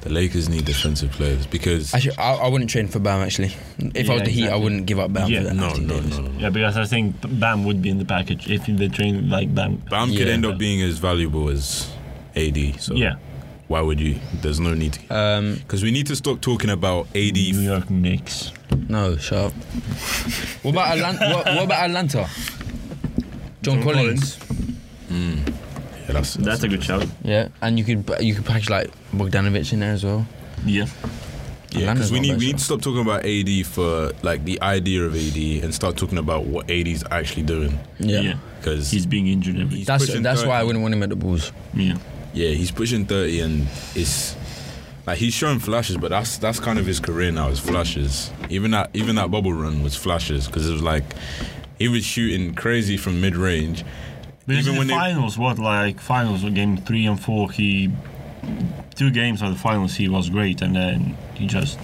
A: The Lakers need defensive players because
B: Actually, Mm. I, I wouldn't train for Bam actually. If I
C: Yeah,
B: was the Heat, I
C: exactly.
B: wouldn't give up Bam
C: Yeah,
B: for that.
A: no,
B: Anthony
A: no,
B: Davis.
A: no, no.
C: Yeah, because I think Bam would be in the package if they train like Bam.
A: Bam could
B: Yeah.
A: end up being as valuable as AD. So
C: Yeah,
A: why would you? There's no need.
B: Um,
A: Because we need to stop talking about AD.
C: New York Knicks.
B: no, shut up. what about Atlanta? What, what about Atlanta? John,
C: John
B: Collins.
A: Yeah, that's,
C: That's a good shout.
B: Yeah, and you could you could package like Bogdanovich in there as well.
C: Yeah,
A: Yeah,
B: Atlanta's
A: because we
B: not
A: need
B: bad,
A: we need to
B: so.
A: stop talking about AD for like the idea of AD and start talking about what AD is actually doing.
C: yeah.
B: Yeah.
A: Because
C: He's being injured every.
A: He's-
B: That's
A: pushing
B: that's why I
A: 30.
B: wouldn't want him at the Bulls.
C: Yeah,
A: yeah, he's pushing thirty and it's like he's showing flashes, but that's that's kind of his career now. Is flashes. Even that even that bubble run was flashes because it was like he was shooting crazy from mid range.
C: because
A: Even
C: in
A: when
C: the
A: they-
C: finals, what like finals game three and four, he two games of the finals he was great, and then he just.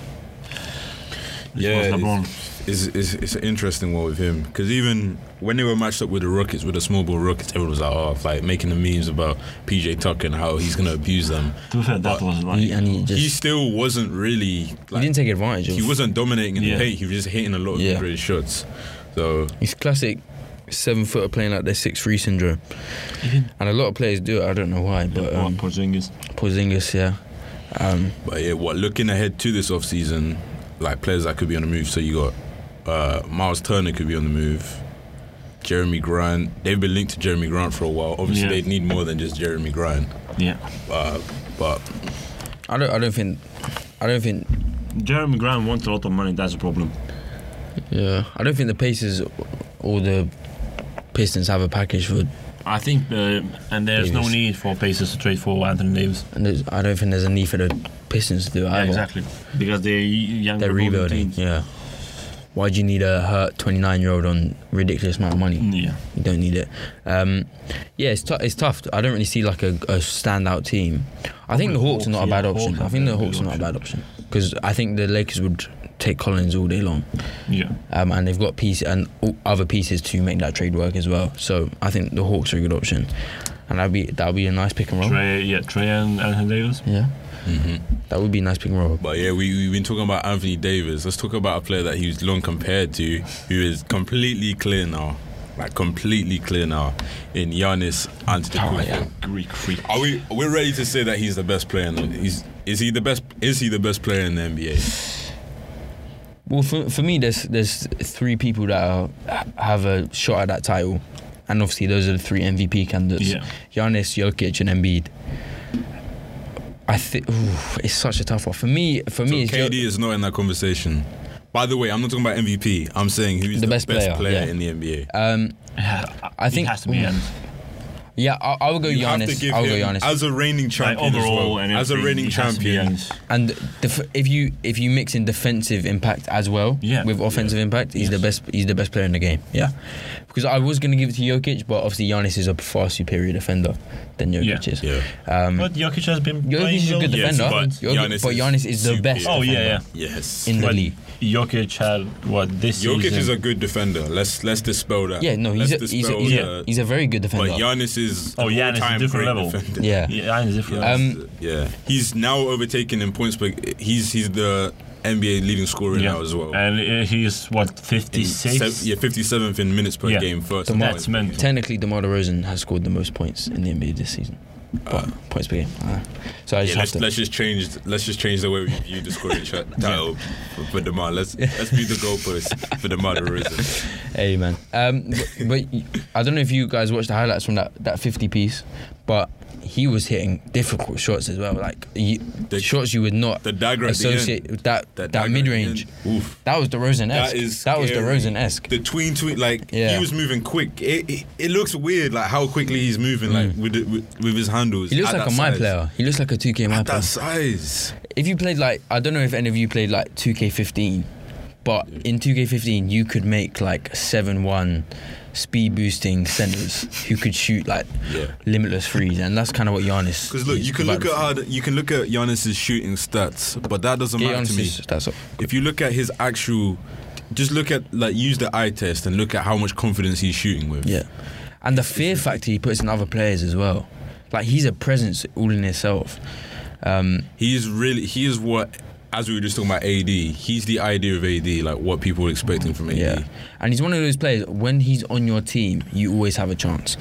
C: This
A: Yeah,
C: was
A: it's-
C: LeBron.
A: It's, it's, it's an interesting one with him because even when they were matched up with the Rockets, with the small ball Rockets, everyone was like, oh, like making the memes about PJ Tucker and how he's gonna abuse them.
C: To be fair, that was like
B: He, and he just
A: he still wasn't really.
B: he
A: Like,
B: didn't take advantage of.
A: he wasn't dominating in
C: Yeah.
A: the paint. He was just hitting a lot of
B: Yeah.
A: great shots. So
B: It's classic seven footer playing like their six three syndrome, and a lot of players do it. I don't know why, but
C: what
B: um,
C: Porzingis.
B: Porzingis, yeah. Um,
A: But yeah, what looking ahead to this offseason, like players that could be on the move. So you got uh, Miles Turner could be on the move. Jeremy Grant. They've been linked to Jeremy Grant for a while. Obviously,
C: Yeah.
A: they need more than just Jeremy Grant.
C: Yeah,
A: Uh, but
B: I don't. I don't think. I don't think.
C: Jeremy Grant wants a lot of money. That's a problem.
B: Yeah. I don't think the Pacers or the Pistons have a package for.
C: I think, uh, and there's no
B: Davis.
C: need for Pacers to trade for Anthony Davis.
B: And there's- I don't think there's a need for the Pistons to do it.
C: Yeah,
B: either.
C: exactly. Because they're young.
B: Ah, They're
C: rebuilding
B: rebuilding.
C: teams.
B: Yeah. Why do you need a hurt 29 year old on ridiculous amount of money?
C: Yeah.
B: You don't need it. Um, yeah, it's, tou- it's tough. I don't really see like a, a standout team. I think the Hawks, are not a
C: Hawks,
B: bad
C: yeah,
B: option.
C: Hawks
B: I think
C: are
B: the
C: a good
B: Hawks are not a bad option because I think the Lakers would take Collins all day long,
C: Yeah.
B: um, and they've got piece and o- other pieces to make that trade work as well. So I think the Hawks are a good option, and that'd be that'd be a nice pick and roll.
C: Trey, yeah, Trey and Anthony Davis.
B: Yeah, that would be a nice pick and roll.
A: but yeah, we we've been talking about Anthony Davis. Let's talk about a player that he was long compared to, who is completely clear now, like completely clear now, in Giannis Antetokounmpo.
B: Oh, yeah.
C: Greek freak.
A: Are we we're ready to say that he's the best player? In the, he's is he the best? Is he the best player in the NBA?
B: Well, for, for me, there's there's three people that are, have a shot at that title, and obviously those are the three MVP candidates:
C: Yeah.
B: Giannis, Jokic, and Embiid. I think it's such a tough one. For me,
A: So
B: for me, it's Jo-
A: KD is not in that conversation. By the way, I'm not talking about MVP. I'm saying who's
B: The
A: the,
B: best
A: best,
B: player,
A: player,
B: yeah.
A: in the NBA.
B: um,
C: Yeah,
B: I think-
C: it has to be Giannis.
B: yeah, I, I would go
A: You have to
B: Giannis.
A: give
B: I would go
A: him
B: Giannis.
A: as a reigning
C: Like
A: champion as
C: overall
A: well.
C: and
A: as a
C: everything,
A: reigning
C: it has to be
A: champion.
C: Giannis.
B: and the, f- if you if you mix in defensive impact as well
C: Yeah,
B: with offensive impact, he's the
C: Yes.
B: best. He's the best player in the game. Yeah, because I was gonna give it to Jokic, but obviously Giannis is a far superior defender than Jokic
C: Yeah.
B: is.
A: Yeah.
B: Um,
C: But Jokic has been
B: Jokic
C: playing
B: is a good
C: well.
A: Yes,
B: defender,
A: but
B: Jokic-
A: Giannis
B: but
A: is
B: Giannis is the
A: superior.
B: best.
C: Oh yeah,
B: defender.
C: yeah.
A: Yes.
B: In the
C: But
B: league.
C: Jokic had what this
A: Jokic
C: season.
A: is a good defender. Let's let's dispel that.
B: Yeah, no, he's a,
A: let's
B: he's, a,
A: dispel
B: he's, a,
A: that.
B: he's a very good
A: but
B: defender.
A: Giannis is
C: Oh,
A: an
C: Giannis is
A: all-time
C: different
A: great
C: level.
A: defender.
B: yeah.
C: yeah, Giannis different.
A: Yeah,
B: Um,
A: that's the- yeah, he's now overtaken in points, but he's he's the NBA leading scorer
C: yeah.
A: now as well.
C: And uh, he's what
A: In
C: 56.
A: sev- yeah, fifty seventh in minutes per
C: Yeah.
A: game first.
B: The
C: That's mental.
B: Technically, DeMar DeRozan has scored the most points in the NBA this season. But points per game. Uh, so I just
A: Yeah,
B: have
A: let's,
B: to.
A: let's just change. Let's just change the way we view the scoring tra- title for, for Demar. Let's let's be the goalpost for Demar Derozan.
B: Hey, man. Um, but, but I don't know if you guys watched the highlights from that, that 50 piece, but he was hitting difficult shots as well, like you,
A: The-
B: shots you would not
A: the dagger at the end.
B: associate with that that,
A: dagger
B: mid range.
A: at the end. Oof.
B: That was the Rosen esque.
A: That is
B: That was the
A: scary.
B: Rosen esque.
A: The tween tween, like
B: Yeah.
A: he was moving quick. It, it it looks weird, like how quickly he's moving, like with, the, with with his handles.
B: Mm. He looks
A: at
B: like a
A: that
B: my
A: size.
B: player. He looks like a 2K my
A: At
B: player.
A: that size,
B: If you played like, I don't know if any of you played like 2K15, but in 2K15 you could make like seven one speed boosting centers who could shoot like
A: Yeah.
B: limitless threes, and that's kind of what Giannis.
A: because look,
B: is
A: you can look at
B: about.
A: how the- you can look at Giannis's shooting stats, but that doesn't
B: Get
A: matter to me.
B: Giannis's- That's all.
A: If you look at his actual, just look at like use the eye test and look at how much confidence he's shooting with.
B: Yeah. And the fear factor he puts in other players as well. Like he's a presence all in himself. Um,
A: He is really he is what as we were just talking about AD. He's the idea of AD, like what people are expecting from AD.
B: yeah. And he's one of those players when he's on your team, you always have a chance.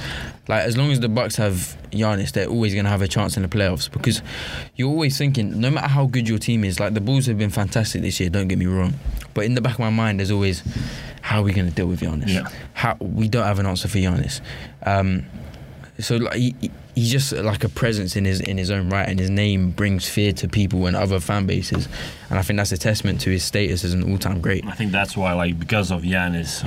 B: Like as long as the Bucks have Giannis, they're always gonna have a chance in the playoffs because you're always thinking, no matter how good your team is, like the Bulls have been fantastic this year, don't get me wrong. But in the back of my mind there's always how are we gonna deal with Giannis?
C: Yeah.
B: How we don't have an answer for Giannis. Um, so like he, he- he's just like a presence in his in his own right, and his name brings fear to people and other fan bases, and I think that's a testament to his status as an all time great.
C: I think that's why, like, because of Giannis,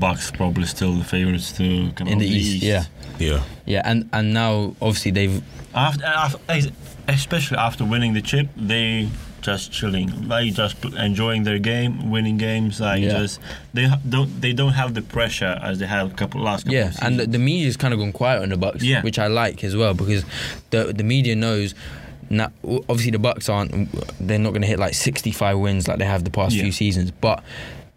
C: Bucks probably still the favorites to come
B: In
C: out
B: the East, yeah,
A: yeah.
B: yeah, and and now obviously they've
C: After, after, especially after winning the chip, they just chilling, like just pl- enjoying their game, winning games. Like
B: Yeah.
C: just they ha- don't they don't have the pressure as they had a couple last couple.
B: yeah,
C: of
B: and the,
C: seasons.
B: the media's kind of gone quiet on the Bucks,
C: Yeah.
B: which I like as well because the the media knows. Now, obviously, the Bucks aren't. They're not going to hit like 65 wins like they have the past
C: Yeah.
B: few seasons. But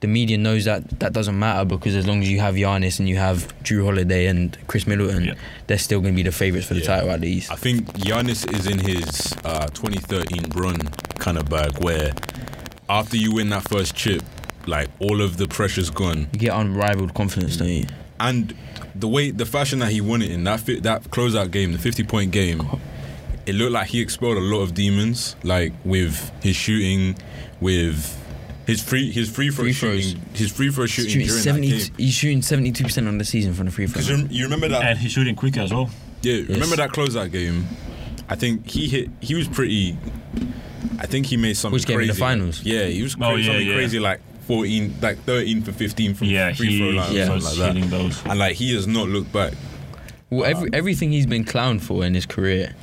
B: the media knows that that doesn't matter because as long as you have Giannis and you have Drew Holiday and Chris Middleton,
C: Yeah.
B: they're still going to be the favourites for the
A: Yeah.
B: title at the East.
A: I think Giannis is in his uh, 2013 run kind of bag where after you win that first chip, like all of the pressure's gone.
B: You get unrivaled confidence, don't you?
A: And the way, the fashion that he won it in, that fi- that closeout game, the 50 point game, it looked like he expelled a lot of demons, like with his shooting, with his free his free throw
B: Free throws.
A: shooting, his free throw shooting,
B: Shooting
A: during
B: 70,
A: that game.
B: he's shooting 72 percent on the season from the free throw.
A: 'Cause
B: line.
A: you, you remember that
C: and he's shooting quick as well.
A: Yeah, remember
B: Yes.
A: that closeout game? I think he hit. He was pretty. I think he made something.
B: Which game, in
A: crazy.
B: the finals?
A: Yeah, he was
C: Oh,
A: crazy,
C: yeah,
A: something
C: yeah.
A: crazy like fourteen, like thirteen for fifteen from
C: Yeah,
A: free
C: he,
A: throw line,
C: he
A: or
B: yeah.
A: something
C: was
A: like that.
C: hitting those.
A: And like he has not looked back.
B: Well,
A: Um,
B: every, everything he's been clowned for in his career,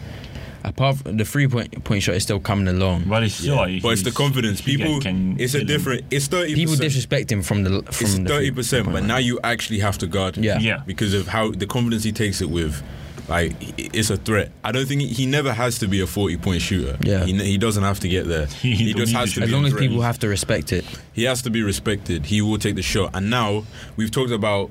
B: apart from the three point point shot, is still coming along.
C: But it's still like
A: but it's the
C: he's-
A: confidence.
C: he
A: People,
C: can-
A: it's a
C: can-
A: different. It's thirty.
B: People disrespect him from the from
A: It's
B: the
A: thirty percent, but now you actually have to guard. him.
B: Yeah.
C: Yeah.
A: because of how the confidence he takes it with. Like i- it's a threat. I don't think he, he never has to be a forty-point shooter.
B: Yeah.
A: he, n- he doesn't have to get there.
C: He
A: He,
C: don't
A: just
C: need
A: has to.
C: to shoot.
B: as
A: be a
B: long as
A: threat.
B: people have to respect it.
A: He has to be respected. He will take the shot. And now we've talked about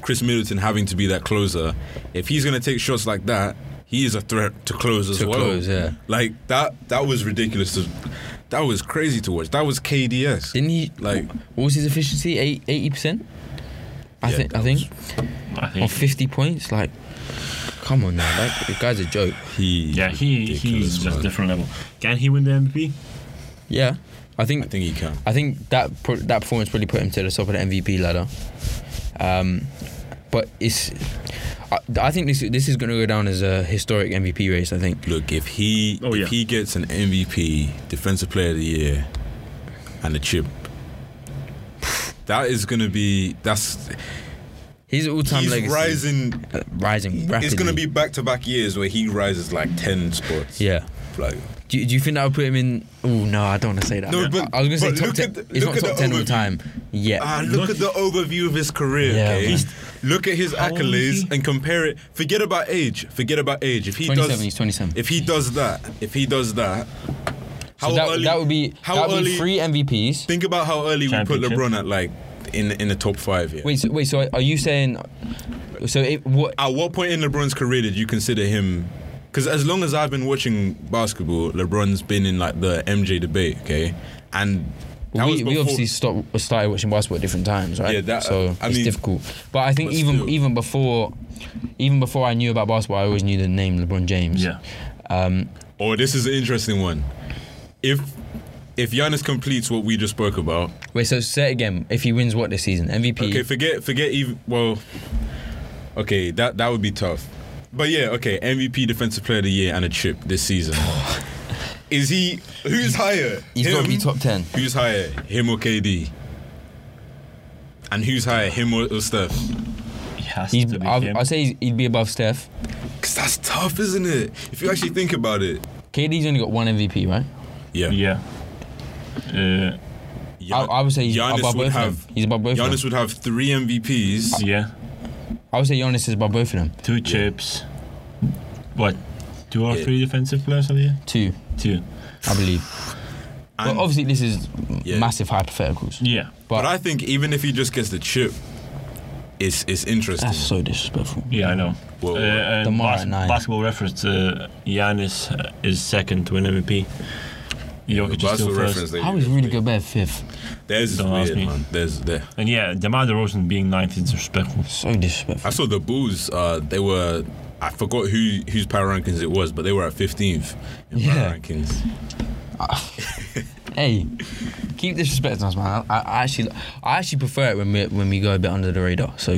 A: Chris Middleton having to be that closer. If he's going to take shots like that, he is a threat to close as
B: To
A: well.
B: close, yeah.
A: Like that. That was ridiculous. To, that was crazy to watch. That was KDS.
B: Didn't he?
A: Like-
B: what was his efficiency? Eighty percent. I
A: Yeah,
B: think. I
A: that
B: think.
C: I
B: Or
C: think.
B: fifty points. Like, come on now, that the guy's a joke.
A: he.
C: Yeah, he he's just
A: man.
C: different level. Can he win the MVP?
B: Yeah, I think.
A: I think he can.
B: I think that pro- that performance probably put him to the top of the MVP ladder. Um, but it's, I, I think this this is going to go down as a historic MVP race. I think.
A: Look, if he
C: Oh,
A: if
C: yeah.
A: he gets an MVP, Defensive Player of the Year, and a chip, that is going to be that's
B: His all-time
A: he's
B: legacy
A: rising
B: uh, rising rapidly.
A: It's gonna be back to back years where he rises like ten spots.
B: Yeah.
A: Like
B: Do, do you think that would put him in? Oh no, I don't want to say that.
A: No, but-
B: I was gonna say
A: but
B: top
A: look
B: ten.
A: at the-
B: it's
A: look
B: not
A: at
B: top
A: the
B: ten all the
A: overview.
B: time. Yeah.
A: ah, look, at the overview of his career.
B: Yeah,
A: okay?
B: man.
A: He's- Look at his
C: old is
A: accolades
C: he?
A: and compare it. Forget about age. Forget about age. If he
B: 27,
A: does,
B: he's 27.
A: If he does that, if he does that, how
B: so that,
A: early?
B: that would be
A: how
B: that would
A: early?
B: be three MVPs.
A: Think about how early we put
C: Championship.
A: LeBron at like in in the top five. Yeah.
B: Wait, so, wait. So are you saying? So it, what?
A: At what point in LeBron's career did you consider him? Because as long as I've been watching basketball, LeBron's been in like the MJ debate. Okay, and. that was
B: we, we
A: before-
B: obviously stopped, started watching basketball at different times, right?
A: Yeah, that-
B: so
A: I
B: it's
A: mean-
B: difficult. But I think
A: But
B: even
A: still.
B: even before even before I knew about basketball, I always knew the name LeBron James.
C: Yeah.
B: Um,
A: Oh, this is an interesting one. If if Giannis completes what we just spoke about,
B: wait, so say it again. If he wins what this season, MVP?
A: okay, forget forget even well. Okay, that that would be tough. But yeah, okay, MVP Defensive Player of the Year and a chip this season. Is he? Who's higher?
D: He's got to be
A: Him?
D: top 10.
A: Who's higher, him or KD? And who's higher, him or, or Steph?
C: He has
B: He's,
C: to be
B: I,
C: him.
B: I say he's, he'd be above Steph.
A: Because that's tough, isn't it? If you actually think about it.
B: KD's only got one MVP, right?
A: Yeah.
C: yeah. Uh,
A: Gian-
B: I, I would say he's
A: Giannis
B: above
A: would
B: both
A: have.
B: of them. He's above both of
A: Giannis
B: them.
A: would have three MVPs.
C: yeah.
B: I would say Giannis is above both of them.
C: Two chips. What? Two or
A: Yeah.
C: three defensive players of the year?
B: Two,
C: Two.
B: I believe.
A: And-
B: but obviously, this is
A: Yeah.
B: massive hypotheticals.
C: Yeah.
A: but
B: But
A: I think even if he just gets the chip, it's it's interesting.
B: that's so disrespectful.
C: Yeah, I know.
A: Whoa,
C: uh,
A: whoa.
C: and
B: Tomorrow
C: bas-
B: at nine.
C: Basketball reference, uh, Giannis uh, is second to an MVP. Jokic is still
A: Basketball
C: first.
A: reference, they-
B: I was really good bad fifth.
A: There's
C: Don't ask
A: weird,
C: me.
A: man. There's there.
C: And yeah, DeMar DeRozan being ninth is respectful.
B: So disrespectful.
A: I saw the Bulls. Uh, they were. I forgot who whose power rankings it was, but they were at 15th in
B: Yeah.
A: power rankings.
B: Hey, keep disrespecting us, man. I, I actually, I actually prefer it when we when we go a bit under the radar. So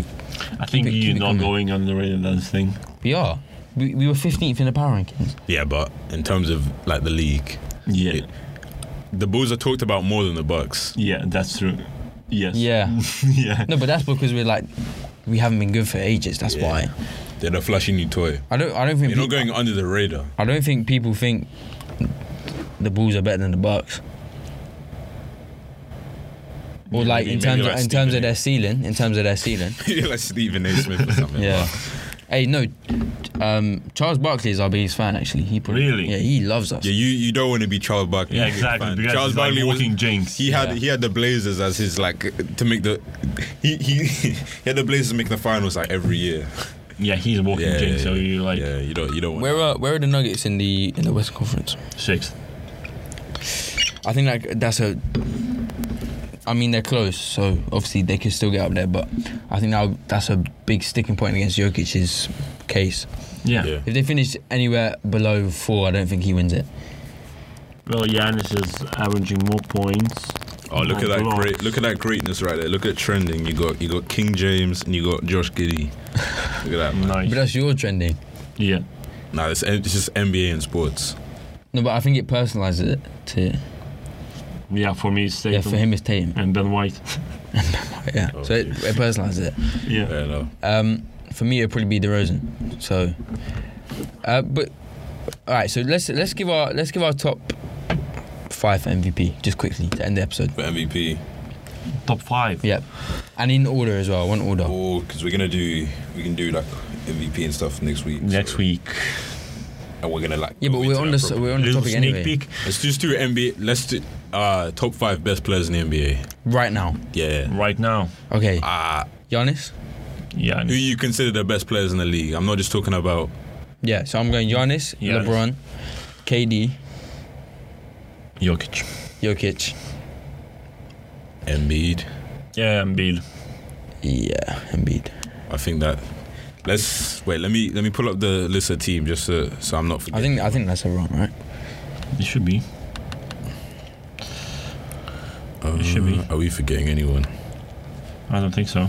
C: I think
B: it- keep
C: you're
B: it
C: not
B: coming.
C: going on the radar dance thing.
B: we are. We, we were 15th in the power rankings.
A: Yeah, but in terms of like the league,
C: Yeah.
A: the Bulls are talked about more than the Bucks.
C: Yeah, that's true. Yes.
B: Yeah.
C: yeah.
B: No, but that's because we're like, we haven't been good for ages. That's
A: Yeah.
B: why.
A: They're the flashy new toy.
B: I don't. I don't think.
A: You're not
B: pe-
A: going under the radar.
B: I don't think people think the Bulls are better than the Bucks. Or like
A: maybe-
B: in
A: maybe
B: terms
A: like
B: of, in terms of
A: Stephen A.
B: their ceiling, in terms of their ceiling.
A: You're like Stephen A. Smith or something.
B: Yeah. Hey, no. Um, Charles Barkley is our biggest fan. Actually, he probably,
C: Really?
B: Yeah, he loves us.
A: Yeah, you, you don't want to be Charles Barkley.
C: Yeah, exactly.
A: Fan.
C: Because
A: Charles
C: Charles
A: Barkley
C: like
A: was-
C: walking jinx.
A: He had
B: Yeah.
A: he had the Blazers as his like to make the he he, he had the Blazers make the finals like every year.
C: Yeah, he's a walking jinx. so you like
A: yeah you don't you don't want
B: Where are where are the Nuggets in the in the Western Conference?
C: sixth.
B: I think like that's a. I mean they're close, so obviously they could still get up there. But I think now that's a big sticking point against Jokic's case.
C: Yeah.
A: Yeah.
B: If they finish anywhere below four, I don't think he wins it.
C: Well, Giannis is averaging more points.
A: Oh look at
C: and
A: that
C: blocks.
A: great look at that greatness right there. Look at trending. You got you got King James and you got Josh Giddy. Look at that man.
B: But
C: Nice.
B: that's your trending.
C: yeah.
A: Nah, it's, it's just NBA and sports.
B: No, but I think it personalizes it to
C: Yeah, for me, Oh, it's
B: yeah
C: Tatum
B: for him it's Tatum.
C: and Ben White.
B: Yeah, so it, it personalizes it.
C: yeah.
A: Fair enough.
B: Um, for me, it'd probably be DeRozan. So, uh, but all right. So let's let's give our let's give our top five for MVP just quickly to end the episode.
A: For MVP.
C: Top five.
B: Yep, and in order as well. One order.
A: Oh, because we're gonna do we can do like MVP and stuff next week.
C: Next
A: so-
C: week.
A: And we're gonna like
B: Yeah, but
A: go
B: we're
A: into
B: on
A: that
B: the
A: properly.
B: we're on the
C: Little
B: topic
C: sneak
B: anyway.
C: peek.
A: Let's just do NBA. Let's do uh, top five best players in the NBA.
B: Right now.
A: Yeah.
C: Right now.
B: Okay,
A: Uh,
B: Giannis.
C: Yeah.
A: who you consider the best players in the league? I'm not just talking about.
B: Yeah, so I'm going Giannis,
C: Giannis.
B: LeBron, KD,
C: Jokic.
B: Jokic.
A: Embiid.
C: Yeah, Embiid.
B: Yeah, Embiid.
A: I think that. Let's wait. Let me let me pull up the list of team just so, so I'm not
B: I
A: forgetting.
B: think I think that's everyone, right?
C: It should be. it should be.
A: Are we forgetting anyone?
C: I don't think so.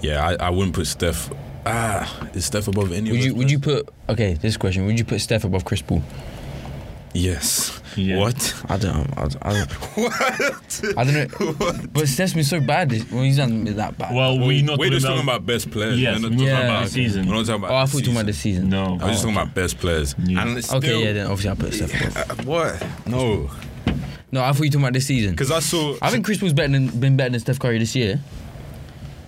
A: Yeah, I, I wouldn't put Steph. Ah, is Steph above any?
B: Would
A: of
B: you
A: those
B: would you put okay? This question: Would you put Steph above Chris Paul?
A: players? Yes.
C: Yeah.
A: What?
B: I don't. know, I don't. I don't, I don't know. But Steph's been so bad. this- Well, he's not been that bad.
C: Well, we not
A: We're just
C: talking
A: talking about best players.
C: Yes,
A: we're not talking
C: we're
B: talking
A: about
B: about the
C: season.
A: We're not talking about.
B: oh, I
A: the
B: thought you were talking about this season.
C: No.
A: I was just talking about best players.
C: Yeah.
A: And it's
B: Okay,
A: still,
B: yeah. Then obviously I put Steph.
A: Uh,
B: above.
A: what? No,
B: No, I thought you were talking about this season.
A: because I saw.
B: I think Chris Paul's better than, been better than Steph Curry this year.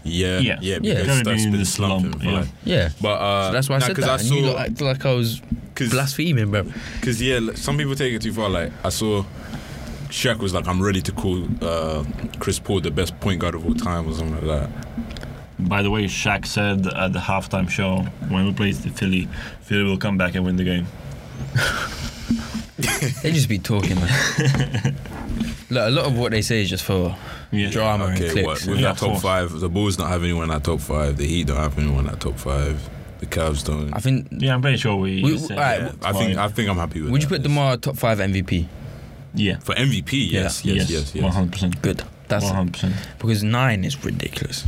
A: Yeah, yeah,
C: Yeah.
A: yeah.
C: Yeah.
A: Because
C: Gonna be
A: Steph's
C: in
A: been
C: the
A: slumping.
C: slump,
A: for like-
B: Yeah.
A: But uh,
B: So that's why I
A: nah,
B: said
A: 'cause I
B: that. and you
A: saw
B: lot act like I was
A: Cause,
B: blaspheming, bro.
A: Cause yeah, like, some people take it too far. Like I saw, Shaq was like, "I'm ready to call uh, Chris Paul the best point guard of all time" or something like that.
C: By the way, Shaq said at the halftime show when we played the Philly, Philly will come back and win the game.
B: They just be talking, man. Look, a lot of what they say is just for
C: Yeah.
B: drama and
A: Okay, what?
B: clicks.
A: With
C: Yeah,
A: that top
C: of course.
A: five, the Bulls don't have anyone at top five. The Heat don't have anyone at top five. The Cavs don't.
B: I think.
C: Yeah, I'm pretty sure we.
B: We-
C: said
B: alright,
A: yeah,
C: that.
A: I think I think I'm happy with.
B: Would you
A: that.
B: put Demar top five MVP?
C: yeah.
A: for MVP? Yes, yes, yes, yes.
C: One hundred percent.
B: Good. That's
C: 100%.
B: because nine is ridiculous.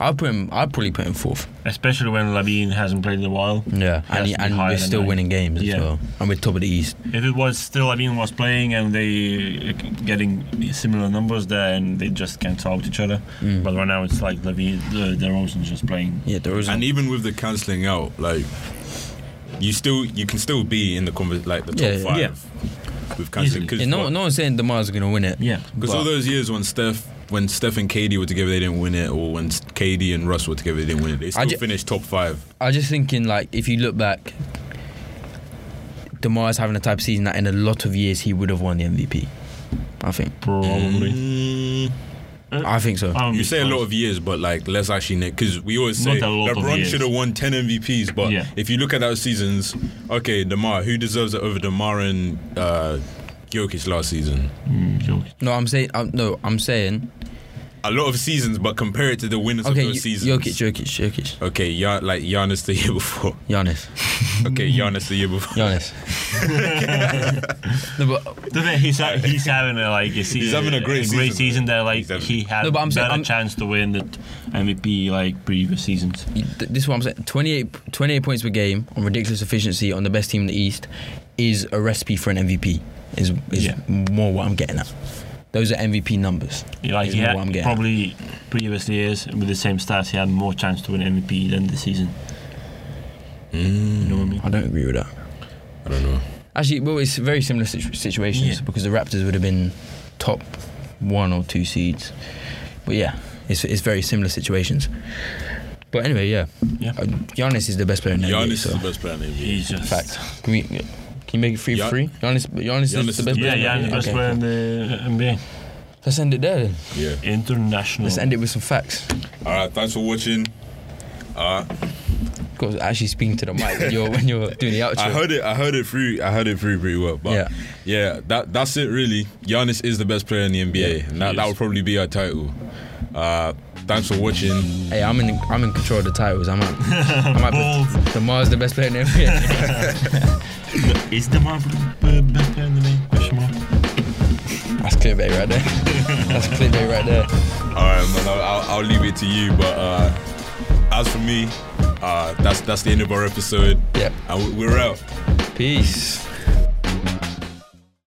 B: I'd put him. I'd probably put him fourth.
C: Especially when Labine hasn't played in a while.
B: Yeah,
C: has
B: and, he,
C: to be
B: and
C: higher
B: we're
C: than
B: still
C: nine.
B: winning games
C: Yeah.
B: as well, and we're top of the East.
C: If it was still Labine was playing and they uh, getting similar numbers there and they just cancel out each other.
A: Mm.
C: But right now it's like Labine, uh, DeRozan's just playing.
B: Yeah, there is.
A: And even with the cancelling out, like you still you can still be in the conver- like the top
B: Yeah, yeah.
A: five
C: Yeah.
A: with cancelling
C: Easily.
A: because
B: Yeah, no, no one's saying Demar's gonna win it.
C: Yeah.
A: Because all those years when Steph, when Steph and KD were together, they didn't win it, or when KD and Russ were together, they didn't win it. They still
B: ju-
A: finished top five.
B: I was just thinking, like, if you look back, Demar's having a type of season that in a lot of years he would have won the MVP. I think.
C: Probably.
A: Mm,
B: I think so.
C: I would
A: you
C: be
A: say a lot
C: surprised.
A: of years, but like let's actually because we always say
C: Not a lot of
A: LeBron
C: years.
A: should have won ten MVPs. But
C: Yeah.
A: if you look at those seasons, okay, Demar, who deserves it over Demar and uh, Jokic last season?
C: Mm, Jokic.
B: No, I'm saying. I'm, no, I'm saying.
A: A lot of seasons, but compare it to the winners
B: Okay,
A: of those
B: Jokic,
A: seasons.
B: Jokic, Jokic,
A: Okay, yeah, like Giannis the year before.
B: Giannis,
A: Okay, Giannis the year before.
B: Giannis. no, but
C: The thing he's, ha- he's having a like a se-
A: He's having a great
C: great
A: season.
C: season that like
A: He's having-
C: he had
B: No, but I'm saying-
C: better
B: I'm-
C: chance to win the MVP like previous seasons.
B: th- this is what I'm saying. 28, 28 points per game on ridiculous efficiency on the best team in the East is a recipe for an MVP. Is is
C: Yeah.
B: more what I'm getting at. Those are MVP numbers.
C: Like
B: is
C: he
B: more
C: had
B: what I'm getting at.
C: probably previous years with the same stats, he had more chance to win MVP than this season. You know what I mean?
B: I don't agree with that.
A: I don't know.
B: Actually, well, it's very similar situ- situations
C: Yeah.
B: because the Raptors would have been top one or two seeds. But yeah, it's, it's very similar situations. But anyway, yeah,
C: Yeah.
B: uh, Giannis is the best player in the NBA.
A: Giannis
B: so-
A: is the best player in the NBA.
C: He's just
B: fact. Can we? Can you make it three
A: Yeah.
B: for three? Giannis, Giannis,
A: Giannis
B: is the best
C: Yeah,
B: player.
C: yeah,
B: in
C: the
B: the
C: best
B: NBA.
C: player in the NBA.
B: Let's end it there. Then.
A: Yeah.
C: International.
B: Let's end it with some facts.
A: All right, thanks for watching.
B: Of course, actually speaking to the mic when you're when you're doing the outro.
A: I heard it. I heard it through. I heard it through pretty well. But
B: Yeah.
A: yeah, that that's it really. Giannis is the best player in the NBA, and that, that
C: Yes.
A: would probably be our title. Uh, thanks for watching.
B: Hey, I'm in I'm in control of the titles. I'm out. I'm out. Demar's the best player in the NBA.
C: Is the man uh, best player in the NBA? Question mark.
B: That's clickbait right there. That's clickbait right there.
A: All right, man. I'll, I'll, I'll leave it to you. But uh, as for me, uh, that's that's the end of our episode.
B: Yep.
A: and we- we're out.
B: Peace.